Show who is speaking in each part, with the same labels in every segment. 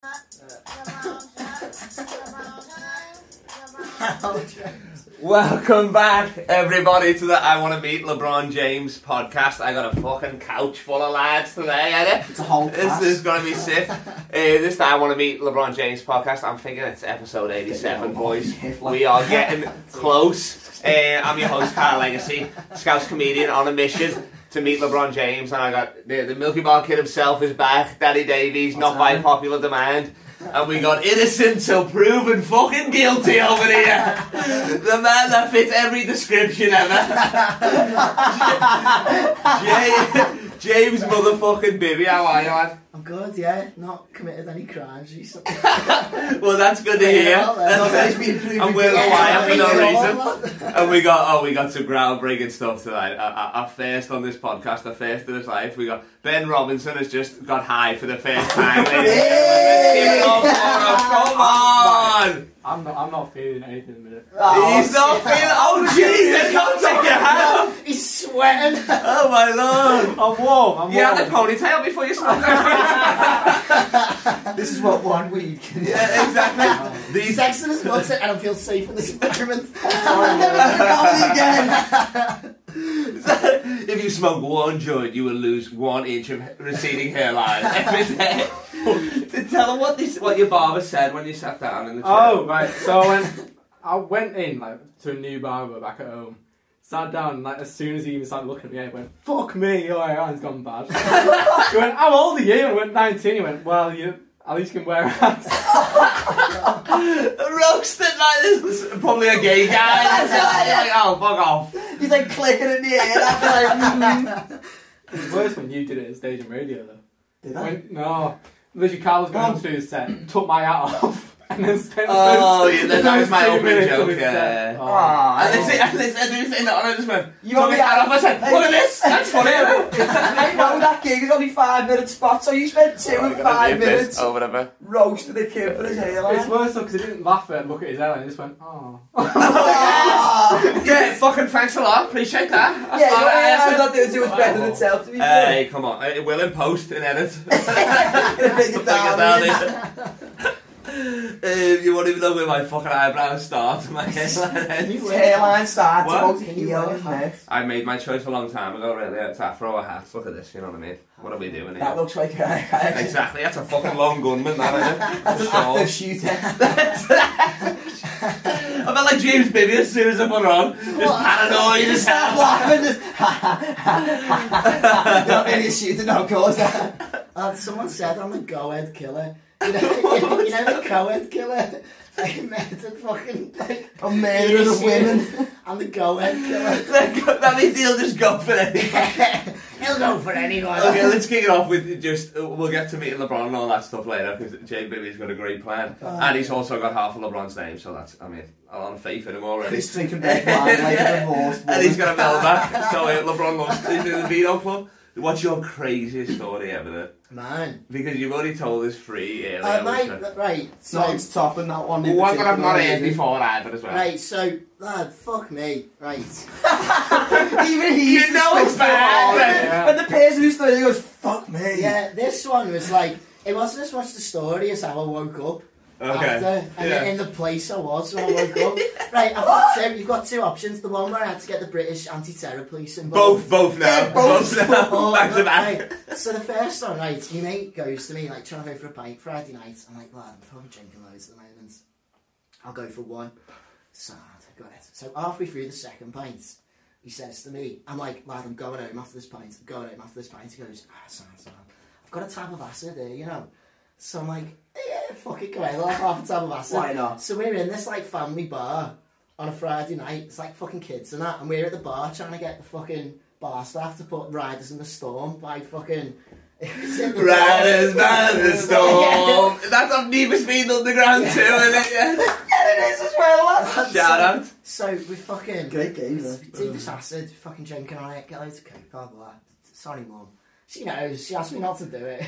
Speaker 1: Welcome back, everybody, to the I Want to Meet LeBron James podcast. I got a fucking couch full of lads today, innit?
Speaker 2: It's a
Speaker 3: Oh,
Speaker 2: whole
Speaker 1: This
Speaker 2: class.
Speaker 1: is going to be sick. uh, this is the I Want to Meet LeBron James podcast. I'm thinking it's episode 87,
Speaker 2: Yeah,
Speaker 1: boys.
Speaker 2: yeah, like-
Speaker 1: We are getting close. Uh, I'm your host, Carl Legacy, Scouts comedian on a mission to meet LeBron James. And I got the, the Milky Bar kid himself is back, Daddy Davies,
Speaker 2: What's
Speaker 1: not by
Speaker 2: happening?
Speaker 1: popular demand. And we got innocent till proven fucking guilty over here. the man that fits every description ever. J- James motherfucking Bibby, how are you, man?
Speaker 2: Oh,
Speaker 3: I'm good, yeah. Not committed any crimes recently.
Speaker 1: Well, that's good to hear.
Speaker 3: Yeah, well,
Speaker 1: That's
Speaker 3: that's
Speaker 1: good. And we're away for no reason. And we got oh, we got some groundbreaking stuff tonight. Our, our, our first on this podcast, our first in his life. We got Ben Robinson has just got high for the first time. ladies and gentlemen. Let's give it up for him. Come on!
Speaker 4: I'm not, I'm not feeling anything in the minute.
Speaker 2: Oh
Speaker 1: He's not feeling. Oh Jesus! Come take your hat off.
Speaker 3: He's sweating.
Speaker 1: Oh my lord!
Speaker 4: I'm warm, I'm
Speaker 1: You
Speaker 4: warm.
Speaker 1: had the ponytail before you smoked.
Speaker 2: This is what one week. can do.
Speaker 1: yeah, exactly. These
Speaker 3: Sex in his butt, and I don't feel safe in this environment.
Speaker 2: again.
Speaker 1: if you smoke one joint, you will lose one inch of receding hairline every day. To Tell them what this, what your barber said when you sat down in the chair.
Speaker 4: Oh, right. So when I went in like to a new barber back at home, sat down, and, like as soon as he even started looking at me, I went, "Fuck me, your hairline's gone bad." he went, "How old are you?" I went, "19." He went, "Well, you at least you can wear hats."
Speaker 1: roasted like this. this is probably a gay guy. like, oh, fuck off.
Speaker 2: He's like clicking in the air. I'm like, mm.
Speaker 4: It was worse when you did it at stage and radio though.
Speaker 2: Did
Speaker 4: I
Speaker 2: I?
Speaker 4: went, no, literally, Carl was going to do his set, took my hat off, and then spent.
Speaker 1: Oh,
Speaker 4: those-
Speaker 1: yeah, that- that was
Speaker 4: those
Speaker 1: my
Speaker 4: two
Speaker 1: opening
Speaker 4: minutes of
Speaker 1: joke,
Speaker 4: his
Speaker 1: yeah.
Speaker 4: set. Oh.
Speaker 2: Aw.
Speaker 1: And they say, and they said, they said that, and I just went,
Speaker 2: You
Speaker 1: you took
Speaker 2: only
Speaker 1: his hat
Speaker 2: had-
Speaker 1: off. I said, look at this. That's funny. isn't it?"
Speaker 2: I know that gig is only five minute spot, so you spent two
Speaker 1: Oh,
Speaker 2: and five minutes
Speaker 1: Or whatever.
Speaker 2: roasting the kid for his
Speaker 4: Oh. It's
Speaker 2: hairline.
Speaker 4: worse though because he didn't laugh at it, look at his hairline, he just went, oh.
Speaker 2: Ah.
Speaker 1: Yeah, fucking thanks a lot. Appreciate that.
Speaker 2: Yeah,
Speaker 1: That's
Speaker 2: you
Speaker 1: all I
Speaker 2: know,
Speaker 1: have
Speaker 2: I
Speaker 1: to-
Speaker 2: thought they were doing better than itself to be fair.
Speaker 1: Hey, come on. Uh, It will in post and edit.
Speaker 2: Gonna bring it down.
Speaker 1: Um, you won't even know where my fucking eyebrows start. My hairline
Speaker 2: His
Speaker 1: ends.
Speaker 2: hairline starts
Speaker 1: What?
Speaker 2: about here and there.
Speaker 1: I made my choice a long time ago, really. It's afro or hat. Look at this, you know what I mean? What are we doing
Speaker 2: That
Speaker 1: here?
Speaker 2: looks like a,
Speaker 1: Exactly, that's a fucking long gunman, that
Speaker 2: that's
Speaker 1: isn't
Speaker 2: an
Speaker 1: it? For
Speaker 2: active
Speaker 1: sure.
Speaker 2: shooter.
Speaker 1: I felt like James Bibby as soon as I put on. Just paranoid as
Speaker 2: Stop
Speaker 1: hell.
Speaker 2: laughing, just ha ha ha ha. Not really a shooter, no, of course.
Speaker 3: Uh, someone said I'm a go-head killer. You know, you know, you know the co-head killer? I murdered fucking...
Speaker 2: A murderer of women.
Speaker 3: I'm the go-head killer.
Speaker 1: that means he'll just go for anything.
Speaker 3: He'll go for anyone.
Speaker 1: Okay, let's kick it off with just uh, we'll get to meeting LeBron and all that stuff later because Jay Bibby's got a great plan,
Speaker 3: Oh.
Speaker 1: and he's also got half of LeBron's name, so that's I mean a lot of faith in him already.
Speaker 2: He's drinking red wine like a divorced
Speaker 1: and he's got
Speaker 2: woman.
Speaker 1: a medal back. So uh, LeBron loves he's in the Vino Club. What's your craziest story ever? Then?
Speaker 3: Man.
Speaker 1: Because you've already told us three earlier.
Speaker 3: Uh,
Speaker 1: which
Speaker 3: mate,
Speaker 1: are-
Speaker 3: right, right.
Speaker 2: So
Speaker 3: so-
Speaker 2: it's topping that one. in
Speaker 1: one that I've
Speaker 2: particular,
Speaker 1: not
Speaker 2: is
Speaker 1: heard
Speaker 2: it?
Speaker 1: before either as well.
Speaker 3: Right, so, lad, fuck me. Right.
Speaker 2: Even he
Speaker 1: You
Speaker 2: used to
Speaker 1: know
Speaker 2: smoke
Speaker 1: it's
Speaker 2: so
Speaker 1: bad,
Speaker 2: hard.
Speaker 1: man.
Speaker 4: Yeah.
Speaker 2: And the person who started it goes, fuck me.
Speaker 3: Yeah, this one was like, it wasn't as much the story as how I woke up.
Speaker 1: Okay.
Speaker 3: After, and
Speaker 1: Yeah.
Speaker 3: in the place I was when I woke up. right, I've got two, you've got two options. The one where I had to get the British anti-terror police involved.
Speaker 1: Both, both now,
Speaker 2: Yeah,
Speaker 1: both,
Speaker 2: both.
Speaker 1: now, back to back.
Speaker 3: Right, so the first one, right, my mate goes to me, like, trying to go for a pint Friday night. I'm like, lad, I'm probably drinking loads at the moment. I'll go for one. Sad, got it. So halfway through the second pint, he says to me, I'm like, lad, I'm going home after this pint. I'm going home after this pint. He goes, ah, sad, sad. I've got a tab of acid here, you know. So I'm like, yeah, fuck it, go ahead, I'll have half a tab of acid.
Speaker 2: Why not?
Speaker 3: So we're in this, like, family bar on a Friday night. It's like fucking kids and that. And we're at the bar trying to get the fucking bar staff to put Riders in the Storm by fucking...
Speaker 1: Riders by the storm. That's on Nevis Speed Underground too, isn't it? Yeah.
Speaker 2: Yeah, it is as well. lad.
Speaker 1: Shout out.
Speaker 3: So we fucking...
Speaker 2: Great game, though.
Speaker 3: do this acid, fucking drinking on it, get loads of coke, blah blah. blah. Sorry, mum. She knows. She asked me not to do it.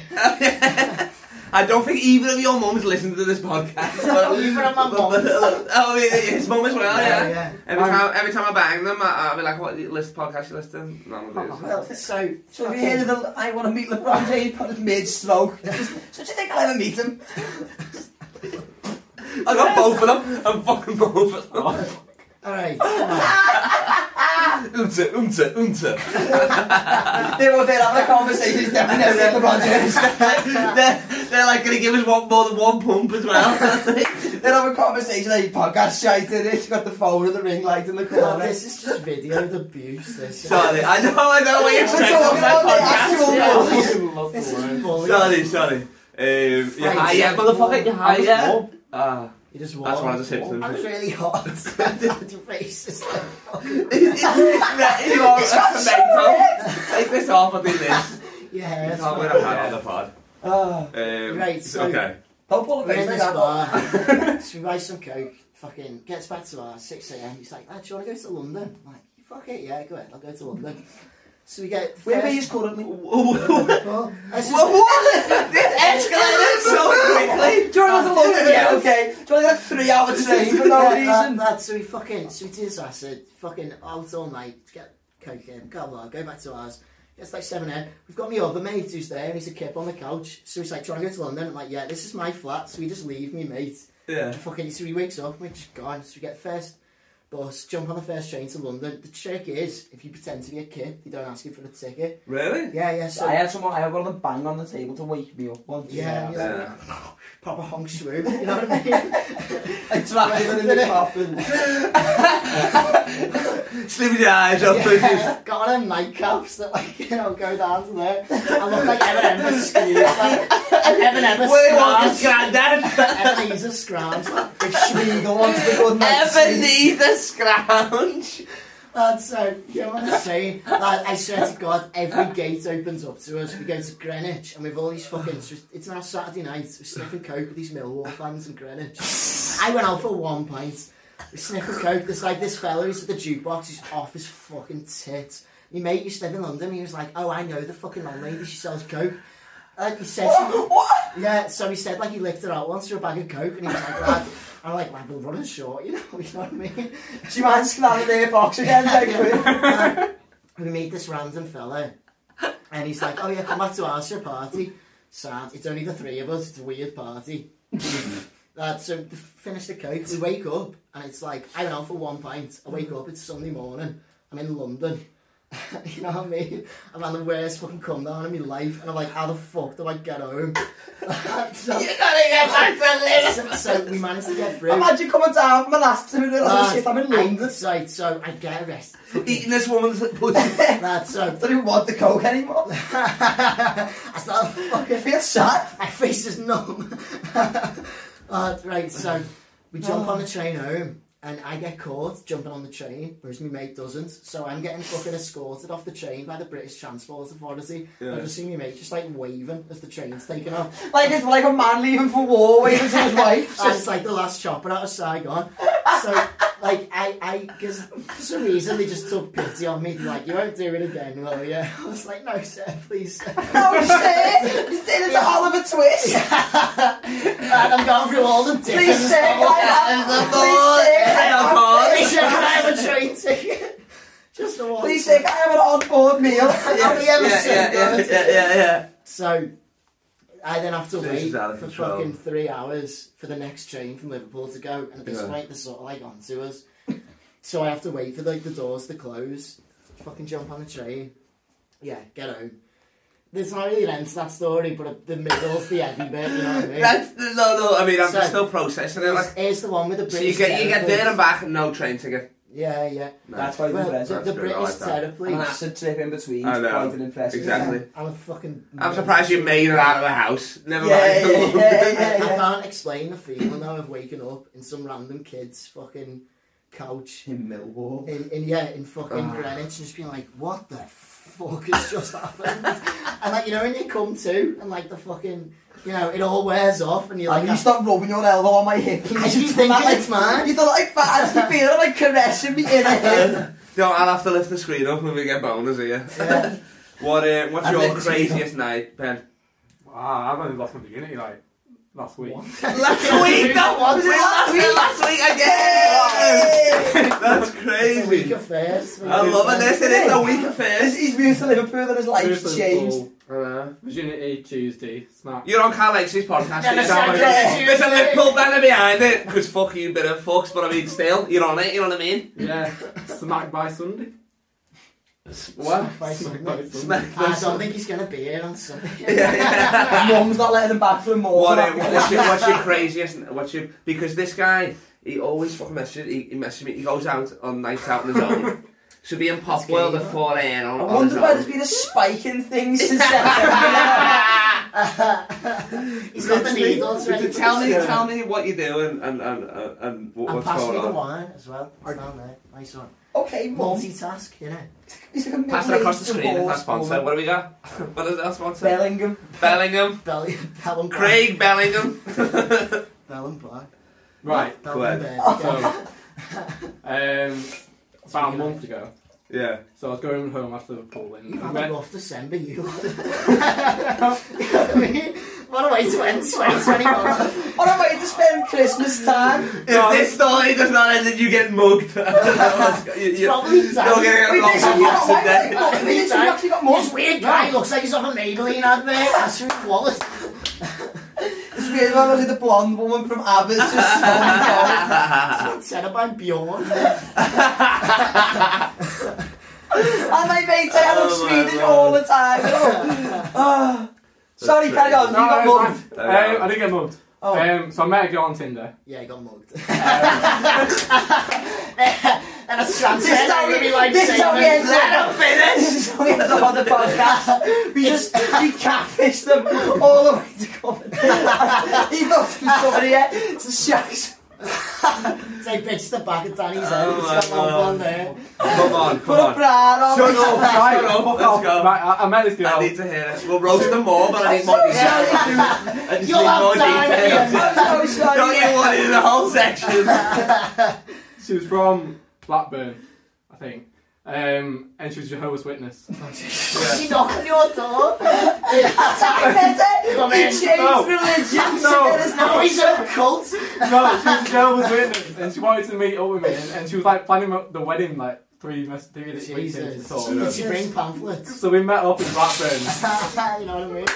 Speaker 1: I don't think either of your mums listen to this podcast. but-
Speaker 3: Even at my mum's.
Speaker 1: oh, yeah, his mum as well, yeah.
Speaker 3: yeah.
Speaker 1: Every,
Speaker 4: Um,
Speaker 1: time, every time I bang them, I, I'll be like, what list podcast you listen? No, I'm gonna do this.
Speaker 2: Well,
Speaker 3: So,
Speaker 2: So if you hear the, I want to meet LeBron James, put his mid stroke. so do you think I'll ever meet him?
Speaker 1: I got both of them. I'm fucking both of them.
Speaker 3: All right.
Speaker 1: Unta, unta, unta. Ah.
Speaker 2: They were there having a conversation, down there with LeBron James.
Speaker 1: they're, they're like going to give us one more than one pump as well.
Speaker 2: They're having a conversation, like, podcast shite in it. She's got the phone and the ring light in the
Speaker 3: Well,
Speaker 2: corner.
Speaker 3: this is just videoed abuse. This.
Speaker 1: sorry, I know, I know what you're
Speaker 2: We're
Speaker 1: saying on
Speaker 2: talking about the
Speaker 1: that
Speaker 2: actual
Speaker 1: podcast.
Speaker 2: world.
Speaker 4: fucking love
Speaker 3: This
Speaker 4: the
Speaker 3: is
Speaker 4: word.
Speaker 3: bullying.
Speaker 1: Sorry, sorry. Um, you're
Speaker 3: Right,
Speaker 1: high, yeah,
Speaker 3: so-
Speaker 1: motherfucker, you're high,
Speaker 4: I was
Speaker 1: yeah.
Speaker 4: warm.
Speaker 1: Ah,
Speaker 3: You just
Speaker 1: That's
Speaker 3: walk.
Speaker 1: one of the symptoms.
Speaker 3: I'm really hot. You're racist.
Speaker 1: you are a tomato. Take this off, I'll do this.
Speaker 3: Your
Speaker 1: You
Speaker 3: hair's
Speaker 1: can't wear
Speaker 3: fine. Uh,
Speaker 1: a hat on the pod.
Speaker 2: Ah.
Speaker 1: Um,
Speaker 3: Right, so-
Speaker 1: Okay.
Speaker 2: Don't pull a
Speaker 3: We're
Speaker 2: face
Speaker 3: in
Speaker 2: like
Speaker 3: this
Speaker 2: that.
Speaker 3: bar. so we buy some coke. Fucking gets back to our six a.m. He's like, "Lad, do you want to go to London?" I'm like, "Fuck it, yeah, go ahead. I'll go to London." So we get
Speaker 2: Where
Speaker 3: first-
Speaker 2: he is currently.
Speaker 3: Well, that's just-
Speaker 2: What? This escalated so quickly. Do you want to go to London? Yeah, okay. Do you want to get a three-hour train for no
Speaker 3: Yeah, that-
Speaker 2: reason?
Speaker 3: That's so we fucking so we do this acid, fucking out all night, get coke in, blah blah, go back to ours. It's like 7 a.m. We've got my other mate who's there, and he's a kip on the couch. So he's like, trying to go to London? I'm like, yeah, this is my flat, so we just leave me mate.
Speaker 1: Yeah.
Speaker 3: And Uh, fucking, so he wakes up, we're just gone. So we get first bus, jump on the first train to London. The trick is, if you pretend to be a kid, they don't ask you for the ticket.
Speaker 1: Really?
Speaker 3: Yeah, yeah, so.
Speaker 2: I had someone, I had one of them bang on the table to wake me up once.
Speaker 3: yeah, yeah.
Speaker 1: Yeah.
Speaker 3: proper honk swoop, you know what I mean?
Speaker 2: I trapped him in the coffin.
Speaker 1: Sleepy the eyes up, please.
Speaker 3: Yeah, got on nightcaps that like you know go down to there. I look like Eminem with skis, like Eminem with
Speaker 1: Where was
Speaker 3: scrams.
Speaker 1: Grandad?
Speaker 3: Ebenezer Scrams, like
Speaker 2: If Schmiegel wants the good night's sleep.
Speaker 1: Ebenezer Scrounge.
Speaker 3: that's so. You know what I'm saying? Like, I swear to God, every gate opens up to us. We go to Greenwich, and we've all these fucking. It's now Saturday night. We're sniffing coke with these Millwall fans in Greenwich. I went out for one pint. We sniffing coke. There's like this fella who's at the jukebox. He's off his fucking tit. He mate used to live in London. He was like, "Oh, I know the fucking landlady. She sells coke." And he said,
Speaker 2: What?
Speaker 3: "Yeah." So he said, like, he licked her out once for a bag of coke, and he was like, "Lad." I'm like, "Lad, we're running short, you know." You know what I mean?
Speaker 2: Do you mind slamming their box again, Jake?
Speaker 3: we meet this random fella, and he's like, "Oh yeah, come back to ours for a party." Sad. It's only the three of us. It's a weird party. That so we finish the coke. We wake up and it's like I went out for one pint. I wake up. It's Sunday morning. I'm in London. you know what I mean? I've had the worst fucking come down in my life, and I'm like, how the fuck do I get home? so,
Speaker 1: You gotta get back to live.
Speaker 3: so- so we managed to get through.
Speaker 2: Imagine coming down from the last two minutes
Speaker 3: Lad,
Speaker 2: and shit, I'm in London.
Speaker 3: I- right, so I get arrested.
Speaker 1: Eating this woman's pussy.
Speaker 3: That's so.
Speaker 2: I don't even want the coke anymore.
Speaker 3: I started
Speaker 2: I feel sad.
Speaker 3: My face is numb. uh, right, so we jump on the train home, and I get caught jumping on the train, whereas my mate doesn't. So I'm getting fucking escorted off the train by the British Transport Authority.
Speaker 1: Yeah.
Speaker 3: I just see my mate just like waving as the train's taking off.
Speaker 2: Like it's like a man leaving for war, waving to his wife.
Speaker 3: So it's like the last chopper out of Saigon. So, like, I, I, because for some reason they just took pity on me. They're like, you won't do it again, will you? I was like, no, sir, please. sir."
Speaker 2: Oh shit! He's doing it's a Oliver Twist.
Speaker 3: and I'm going through all the different
Speaker 2: Please say I
Speaker 1: The
Speaker 2: have.
Speaker 1: boy and the boy.
Speaker 2: Please say
Speaker 3: Except I have a train ticket. Just the one.
Speaker 2: Please say I have an on board meal.
Speaker 3: Have we ever said
Speaker 1: yeah,
Speaker 3: that?
Speaker 1: yeah, yeah, yeah.
Speaker 3: So, I then have to
Speaker 1: This
Speaker 3: wait
Speaker 1: is out
Speaker 3: for
Speaker 1: of control.
Speaker 3: fucking three hoys for the next train from Liverpool to go, and at this
Speaker 1: Yeah.
Speaker 3: point they're sort of like onto us. so I have to wait for like the doors to close. Fucking jump on the train. Yeah, get home. There's not really an end to that story, but the middle's the heavy bit, you know what I mean?
Speaker 1: That's no, no. I mean, I'm
Speaker 3: So-
Speaker 1: still processing it.
Speaker 3: Here's-
Speaker 1: Like,
Speaker 3: Here's the one with the
Speaker 1: so
Speaker 3: British.
Speaker 1: you get you get
Speaker 3: therapist.
Speaker 1: there and back, no train ticket.
Speaker 3: Yeah, yeah.
Speaker 1: No.
Speaker 2: That's why
Speaker 3: Well,
Speaker 2: we're
Speaker 3: the,
Speaker 2: present.
Speaker 3: the
Speaker 1: That's good, I
Speaker 3: British
Speaker 1: like that.
Speaker 3: terror
Speaker 2: An
Speaker 3: police.
Speaker 2: acid trip in between.
Speaker 1: I know.
Speaker 2: Quite an impression.
Speaker 1: Exactly.
Speaker 3: I'm a fucking.
Speaker 1: I'm surprised you made it out of the house. Never
Speaker 2: Yeah,
Speaker 1: mind.
Speaker 2: yeah,
Speaker 1: the
Speaker 2: yeah,
Speaker 1: woman.
Speaker 2: yeah,
Speaker 3: I
Speaker 2: yeah.
Speaker 3: can't explain the feeling now of waking up in some random kid's fucking couch
Speaker 2: In Millwall.
Speaker 3: in, in yeah in fucking
Speaker 1: Ah.
Speaker 3: Greenwich and just being like, what the fuck has just happened? and like you know when you come to and like the fucking you know it all wears off and you're
Speaker 2: Like,
Speaker 3: like.
Speaker 2: you stop rubbing your elbow on my hip,
Speaker 3: I
Speaker 2: please.
Speaker 3: keep
Speaker 2: You've done that,
Speaker 3: thinking it's
Speaker 2: like,
Speaker 3: mine.
Speaker 2: You've done that, like fancy feeling, like caressing me in the hip.
Speaker 1: No, I'll have to lift the screen up when we get bonus here.
Speaker 3: Yeah.
Speaker 1: What? Uh, what's
Speaker 2: I'll
Speaker 1: your
Speaker 2: lift the screen
Speaker 1: craziest night, Ben?
Speaker 4: Ah, I've only lost my virginity like last week.
Speaker 1: last week. No, was it last week? Last week again.
Speaker 2: Hey!
Speaker 1: That's
Speaker 3: it's a week
Speaker 1: crazy.
Speaker 3: affairs.
Speaker 1: I love it. This it is a week
Speaker 2: This-
Speaker 1: affair.
Speaker 2: He's moved to Liverpool and his life's
Speaker 4: Seriously,
Speaker 2: changed.
Speaker 4: Paul.
Speaker 1: I know.
Speaker 4: Virginity Tuesday, smack.
Speaker 1: You're on Carl X's podcast.
Speaker 2: Yeah,
Speaker 1: you
Speaker 2: that's
Speaker 1: sound like-
Speaker 2: right, yeah.
Speaker 1: There's a Liverpool banner behind it. Because fuck you, bit of fucks, but I mean, still, you're on it, you know what I mean?
Speaker 4: Yeah, smack by Sunday.
Speaker 1: What?
Speaker 3: By
Speaker 4: Smack
Speaker 3: Sunday.
Speaker 4: by Sunday.
Speaker 1: Smack
Speaker 3: I
Speaker 1: this.
Speaker 3: don't think he's gonna be here on Sunday.
Speaker 2: Mum's not letting him back for more.
Speaker 1: What, uh, what's, your, what's your craziest? What's your because this guy he always fucking messages. He, he messages me. He goes out on nights out on his own. Should be in Pop
Speaker 3: That's
Speaker 1: World
Speaker 3: good.
Speaker 1: at four a.m. on,
Speaker 2: I
Speaker 1: on his
Speaker 2: wonder why there's
Speaker 1: own.
Speaker 2: been a spike in things since September.
Speaker 3: he's got the
Speaker 1: Literally,
Speaker 3: needles
Speaker 1: you
Speaker 3: ready.
Speaker 1: can Tell me,
Speaker 4: Yeah.
Speaker 1: tell me what you do and and and, and, and what-
Speaker 3: And
Speaker 1: what's
Speaker 3: pass me
Speaker 1: going
Speaker 3: the
Speaker 1: on.
Speaker 3: wine as well. It's down there. Nice one.
Speaker 2: okay, mum.
Speaker 3: Multitask, you know.
Speaker 2: He's like a
Speaker 1: Pass it across the
Speaker 2: middle-aged
Speaker 1: screen if that's
Speaker 2: divorced
Speaker 1: sponsor.
Speaker 2: woman.
Speaker 1: What do we got? What is that sponsor?
Speaker 2: Bellingham.
Speaker 1: Bellingham.
Speaker 3: Belly, Bell and
Speaker 1: Craig Bellingham.
Speaker 3: Bell and Black.
Speaker 4: Right,
Speaker 3: Bell
Speaker 1: Right.
Speaker 3: and Bear.
Speaker 4: so um, about a month ago,
Speaker 1: yeah.
Speaker 4: so I was going home after Liverpool and
Speaker 3: You've
Speaker 4: I
Speaker 3: had a
Speaker 4: met,
Speaker 3: rough December, you. what a way to end 2021.
Speaker 2: On a way to spend Christmas time.
Speaker 1: If this story does not end, then you get mugged. I don't know what's go- you- you-
Speaker 3: Probably
Speaker 1: You're
Speaker 3: time.
Speaker 1: gonna
Speaker 2: Wait,
Speaker 1: get
Speaker 2: wait, so
Speaker 1: robbed
Speaker 2: you
Speaker 1: lots
Speaker 2: got-
Speaker 1: of
Speaker 2: wait,
Speaker 1: dead.
Speaker 2: wait, wait, wait, so you actually got more.
Speaker 3: This weird guy looks like he's off a Maybelline advert. That's his wallet.
Speaker 2: It's weird when I was the blonde woman from Abbott's just smoking on.
Speaker 3: Said about Bjorn.
Speaker 2: And my mate, I look
Speaker 1: Oh my
Speaker 2: Swedish
Speaker 1: word.
Speaker 2: all the time. Ah. Sorry,
Speaker 1: That's
Speaker 2: carry on. You
Speaker 4: No,
Speaker 2: got
Speaker 4: it's
Speaker 2: more.
Speaker 4: fine. Um, I didn't get mugged.
Speaker 2: Oh.
Speaker 4: Um, so I met a girl on Tinder.
Speaker 3: Yeah, he got mugged.
Speaker 4: Um,
Speaker 3: and a trans
Speaker 2: This is how
Speaker 3: would
Speaker 2: we-
Speaker 3: be like,
Speaker 2: this is how we
Speaker 3: saying,
Speaker 2: end
Speaker 3: "Let
Speaker 2: up.
Speaker 3: him finish."
Speaker 2: This is how we end up on the podcast. We just we catfish them all the way to Coventry. he got from somebody yet to Shaq's.
Speaker 3: Take pictures of the back of Danny's head.
Speaker 1: Oh
Speaker 3: He's got
Speaker 1: my
Speaker 3: one
Speaker 1: God.
Speaker 3: on there.
Speaker 1: Come on,
Speaker 2: Put
Speaker 1: come
Speaker 2: a
Speaker 1: on.
Speaker 2: bra on.
Speaker 1: Shut up,
Speaker 4: right,
Speaker 1: shut up,
Speaker 4: fuck
Speaker 1: let's
Speaker 4: off.
Speaker 1: go.
Speaker 4: Right, I, I met this girl.
Speaker 1: I need to hear it. We'll roast them more, but I need more details. I just
Speaker 3: You'll
Speaker 1: need
Speaker 3: have
Speaker 1: more
Speaker 3: time at the
Speaker 1: details.
Speaker 3: end.
Speaker 2: I'm so sorry.
Speaker 1: Don't you want it in the whole section?
Speaker 4: She was from Blackburn, I think, um, and she was Jehovah's Witness.
Speaker 3: She knocked on your door. Come
Speaker 2: Sorry, Peter.
Speaker 3: in.
Speaker 2: You
Speaker 4: No.
Speaker 2: changed religion.
Speaker 4: No.
Speaker 2: so there's
Speaker 3: Now he's a cult.
Speaker 4: no, she was Jehovah's Witness, and she wanted to meet up with me, and, and she was like planning the wedding like three months, three this weekend.
Speaker 3: Jesus.
Speaker 4: and all.
Speaker 3: Did she bring pamphlets?
Speaker 4: So we met up in Blackburn.
Speaker 3: you know what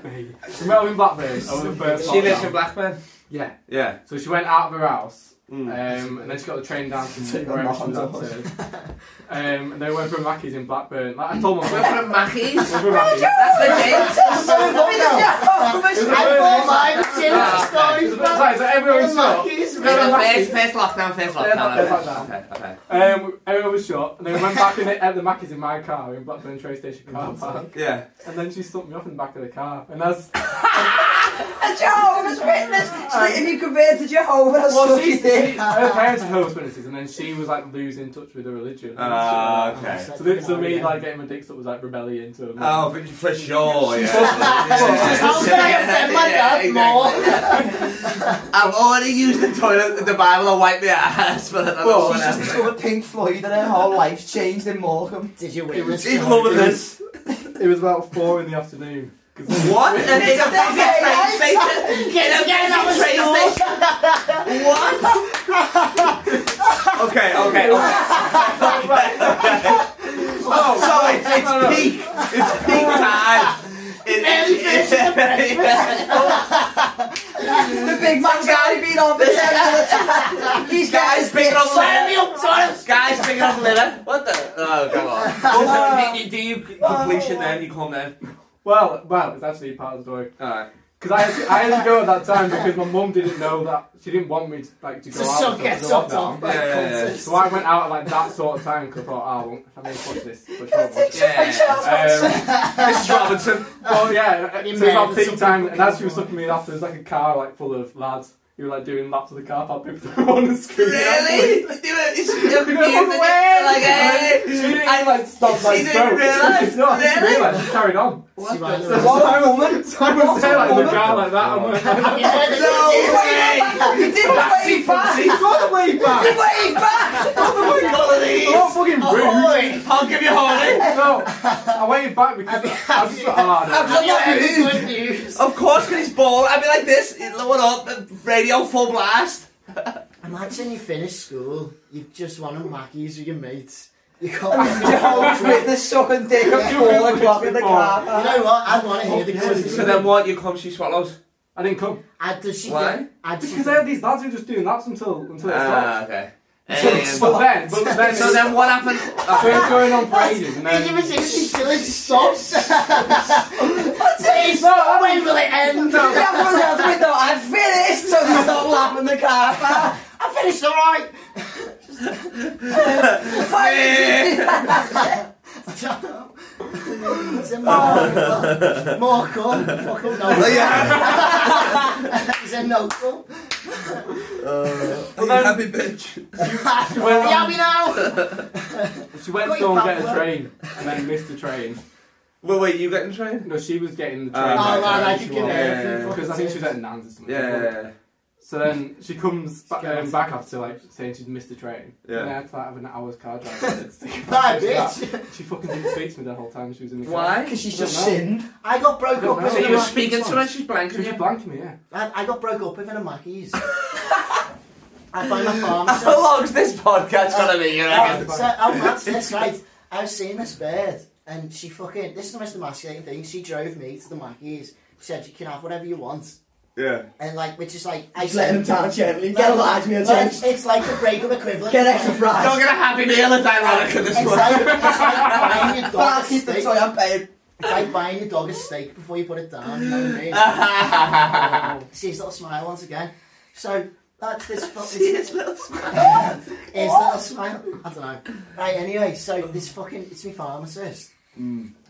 Speaker 3: I mean?
Speaker 4: Hey. We met up in Blackburn over the first
Speaker 1: She lives in
Speaker 4: lockdown.
Speaker 1: Blackburn.
Speaker 4: Yeah.
Speaker 1: Yeah.
Speaker 4: So she went out of her house, um,
Speaker 1: Mm.
Speaker 4: and then she got the train down from
Speaker 2: Take
Speaker 4: wherever
Speaker 2: my
Speaker 4: she was
Speaker 2: hand off.
Speaker 4: at. to. Um, and they went for Mackey's in Blackburn. Like I told my
Speaker 1: We're
Speaker 4: mum,
Speaker 1: from Mackey's.
Speaker 4: we're for Mackey's.
Speaker 1: That's the date.
Speaker 3: I bought mine for
Speaker 1: Ah, okay.
Speaker 3: Tim's
Speaker 4: It's
Speaker 3: stories,
Speaker 4: like, so everyone was shot.
Speaker 1: No, no,
Speaker 3: but
Speaker 1: first, first lockdown, first lockdown.
Speaker 4: Yeah,
Speaker 1: okay.
Speaker 4: lockdown.
Speaker 1: Okay, okay.
Speaker 4: Um, everyone was shot, and they went back in the, at the Mackey's in my car in Blackburn train station car park.
Speaker 1: Yeah.
Speaker 4: And then she stumped me off in the back of the car, and that's
Speaker 2: A Jehovah's Witness! It's like if you compare to Jehovah, that's
Speaker 4: well,
Speaker 2: what you
Speaker 4: she's
Speaker 2: did.
Speaker 4: her parents are Jehovah's Witnesses, and then she was like losing touch with her religion.
Speaker 1: Ah, okay.
Speaker 4: So, th- so me like getting my dicks up was like rebellion to her. mum.
Speaker 1: Oh, for, for sure. Yeah.
Speaker 3: How can I offend my dad more?
Speaker 1: I've already used the toilet, the Bible, and wiped my ass, but I don't know
Speaker 2: Well,
Speaker 1: what
Speaker 2: she's just
Speaker 1: else.
Speaker 2: discovered Pink Floyd and her whole life's changed in Morecambe.
Speaker 3: Did you
Speaker 4: It
Speaker 3: win
Speaker 4: was-
Speaker 3: this?
Speaker 1: She's
Speaker 3: guy?
Speaker 1: loving this.
Speaker 4: It was about four in the afternoon. 'Cause-
Speaker 1: What? And it's a fucking train station.
Speaker 3: Get again, that was
Speaker 1: Train
Speaker 3: yours.
Speaker 1: station. What? okay, okay. oh, sorry, it's, it's
Speaker 4: No, no.
Speaker 1: peak. It's peak time. It,
Speaker 3: Early fish in
Speaker 2: The Big Mac's already been on the set. He's
Speaker 1: Guys,
Speaker 2: guys.
Speaker 1: picking up
Speaker 3: Sign me
Speaker 1: litter.
Speaker 3: up, Thomas.
Speaker 1: Guys, picking up litter. What the? Oh, come on. Also, do you- do you completion then? You come then?
Speaker 4: Well, well, it's actually part of the story.
Speaker 1: Alright.
Speaker 4: Because I, had to- I had to go at that time because my mum didn't know that she didn't want me to like to go
Speaker 3: To
Speaker 4: out.
Speaker 3: suck
Speaker 4: because
Speaker 3: it,
Speaker 4: of
Speaker 3: sucked
Speaker 4: lockdown.
Speaker 3: off
Speaker 1: Yeah, yeah, yeah.
Speaker 3: by
Speaker 4: So I went out at like that sort of time because I thought, ah, well, I may watch this, but she won't watch it.
Speaker 1: Yeah.
Speaker 4: Um,
Speaker 1: Mrs. Robinson.
Speaker 4: well, Oh, yeah, so
Speaker 3: You
Speaker 4: it was
Speaker 3: mad
Speaker 4: about
Speaker 3: at
Speaker 4: peak
Speaker 3: some
Speaker 4: time,
Speaker 3: people
Speaker 4: and as she
Speaker 3: going
Speaker 4: was
Speaker 3: on.
Speaker 4: sucking me off, there was like a car like full of lads who were like doing laps of the car park, people who were on the screen.
Speaker 1: Really? Do it. It's you're
Speaker 4: You know,
Speaker 1: confused, isn't it?
Speaker 4: when?
Speaker 1: Like, eh?
Speaker 4: She didn't
Speaker 1: I-
Speaker 4: like stop
Speaker 1: she
Speaker 4: like
Speaker 1: didn't
Speaker 4: smoke.
Speaker 1: realise.
Speaker 4: No, I didn't
Speaker 1: Really?
Speaker 4: realise. She carried on.
Speaker 3: She might
Speaker 4: So,
Speaker 3: have-
Speaker 4: so I was,
Speaker 2: woman.
Speaker 4: so I was there like in the car like that. and I'm like,
Speaker 3: Have you heard of
Speaker 1: No
Speaker 3: this?
Speaker 1: way!
Speaker 2: You did wave back.
Speaker 4: He's got the way
Speaker 2: You
Speaker 4: back.
Speaker 2: wave back.
Speaker 1: Oh my god, it
Speaker 4: I'm
Speaker 1: is.
Speaker 4: not fucking rude.
Speaker 3: Ahoy!
Speaker 1: I'll give you a holiday.
Speaker 4: No, I waved back because I was just like, ah,
Speaker 3: Have you heard the good news?
Speaker 1: Of course, because he's bald. I'd be like this, lowered up, the radio full blast.
Speaker 3: Imagine you finish school, you've just won a Mackey's with your mates, You
Speaker 2: And
Speaker 3: can't.
Speaker 2: Joe's with the sucking dick at
Speaker 4: Yeah.
Speaker 2: four o'clock in the car.
Speaker 3: You know what? I'd want to hear the
Speaker 1: So
Speaker 4: Obviously.
Speaker 3: criticism.
Speaker 1: then what? You come, she swallows.
Speaker 4: I didn't come.
Speaker 3: I'd does she
Speaker 1: Why?
Speaker 3: think- I'd
Speaker 4: Because I had these lads who were just doing laps until until it
Speaker 1: Ah,
Speaker 4: stopped.
Speaker 1: okay.
Speaker 2: So it's
Speaker 1: Um,
Speaker 2: full-
Speaker 4: But then, but then,
Speaker 1: so then what happened? Uh,
Speaker 4: so it's going on for ages, and
Speaker 3: Did you
Speaker 4: then
Speaker 3: receive it till it stops? Please,
Speaker 2: No, I
Speaker 3: when will it end?
Speaker 2: No, that was out the window. I finished, so they stop laughing the car. park.
Speaker 3: I finished alright!
Speaker 2: Why did you do that?
Speaker 3: It's a more, more cum. Fuck up, no.
Speaker 1: yeah.
Speaker 3: It's a no cum.
Speaker 4: Well, then-
Speaker 1: happy bitch.
Speaker 4: she went,
Speaker 3: Are you happy
Speaker 4: on,
Speaker 1: um,
Speaker 3: now?
Speaker 4: she went
Speaker 3: Got
Speaker 4: to
Speaker 3: your
Speaker 4: go and get a
Speaker 3: pamphlet.
Speaker 4: train, and then missed the train.
Speaker 1: Well, wait, you getting trained?
Speaker 4: No, she was getting the
Speaker 1: Oh,
Speaker 4: train.
Speaker 1: right,
Speaker 3: Oh, right, I
Speaker 4: she
Speaker 3: could give
Speaker 4: was.
Speaker 1: Yeah,
Speaker 3: her a
Speaker 1: yeah,
Speaker 3: few
Speaker 1: yeah.
Speaker 3: fucking
Speaker 4: Because I think she was
Speaker 3: tips.
Speaker 4: at Nan's or something.
Speaker 1: Yeah, yeah, yeah.
Speaker 4: So then she comes back,
Speaker 3: She's
Speaker 4: um, back after like saying she'd missed the train.
Speaker 1: Yeah.
Speaker 4: And I had to like, have an hour's car drive.
Speaker 3: Bad
Speaker 4: She
Speaker 3: bitch!
Speaker 4: fucking didn't speak to me the whole time she was in the car.
Speaker 1: Why?
Speaker 2: Because she's
Speaker 4: don't
Speaker 2: just
Speaker 4: know.
Speaker 2: sinned.
Speaker 3: I got broke
Speaker 4: I don't
Speaker 3: up
Speaker 4: know.
Speaker 3: with
Speaker 1: So
Speaker 3: in a
Speaker 1: you were
Speaker 3: Mac-
Speaker 1: speaking to her, she's blanking
Speaker 4: Because you
Speaker 1: you.
Speaker 4: blanked me, yeah.
Speaker 3: I, I got broke up with in a Mackey's. I buy my farm.
Speaker 1: How long's this podcast gonna be? You reckon?
Speaker 3: So, oh, that's, that's right. I was seeing this bird, and she fucking. This is the most emasculating thing. She drove me to the Mackey's. Said you can have whatever you want,
Speaker 1: Yeah.
Speaker 3: and like, which is like,
Speaker 2: Just let him down gently. Get a large meal,
Speaker 3: Well,
Speaker 2: James.
Speaker 3: it's, it's like the breakup equivalent.
Speaker 2: Get extra
Speaker 1: Don't
Speaker 2: fries.
Speaker 1: get a happy meal. It's ironic in this
Speaker 3: It's
Speaker 1: one.
Speaker 3: like, it's like buying your dog
Speaker 2: Fuck,
Speaker 3: a
Speaker 2: he's the
Speaker 3: steak.
Speaker 2: toy I'm paying.
Speaker 3: It's like buying your dog a steak before you put it down. You know what I mean? See his little smile once again. So that's this. fu-
Speaker 1: See his little smile.
Speaker 3: Is that a smile? I don't know. Right, anyway, so this fucking, it's my pharmacist.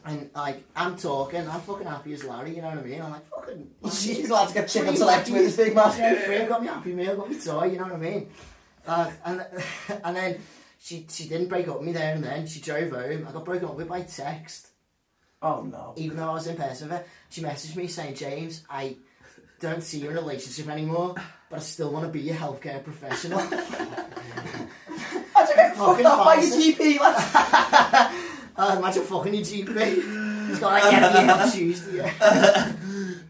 Speaker 3: And like, I'm talking, I'm fucking happy as Larry, you know what I mean? I'm like, fucking.
Speaker 2: She's allowed to get chicken select with this big man.
Speaker 3: Yeah, free, got me happy meal, got me toy, you know what I mean? Uh, and and then she she didn't break up with me there and then. She drove home. I got broken up with by text,
Speaker 2: Oh no.
Speaker 3: even though I was in person with her. She messaged me saying, James, I don't see you in a relationship anymore, but I still want to be your healthcare professional.
Speaker 2: I took a
Speaker 3: Fucking
Speaker 2: fucking off by your
Speaker 3: bastard.
Speaker 2: GP. Like,
Speaker 3: Uh, imagine fucking your GP. He's got like every year on Tuesday. Yeah.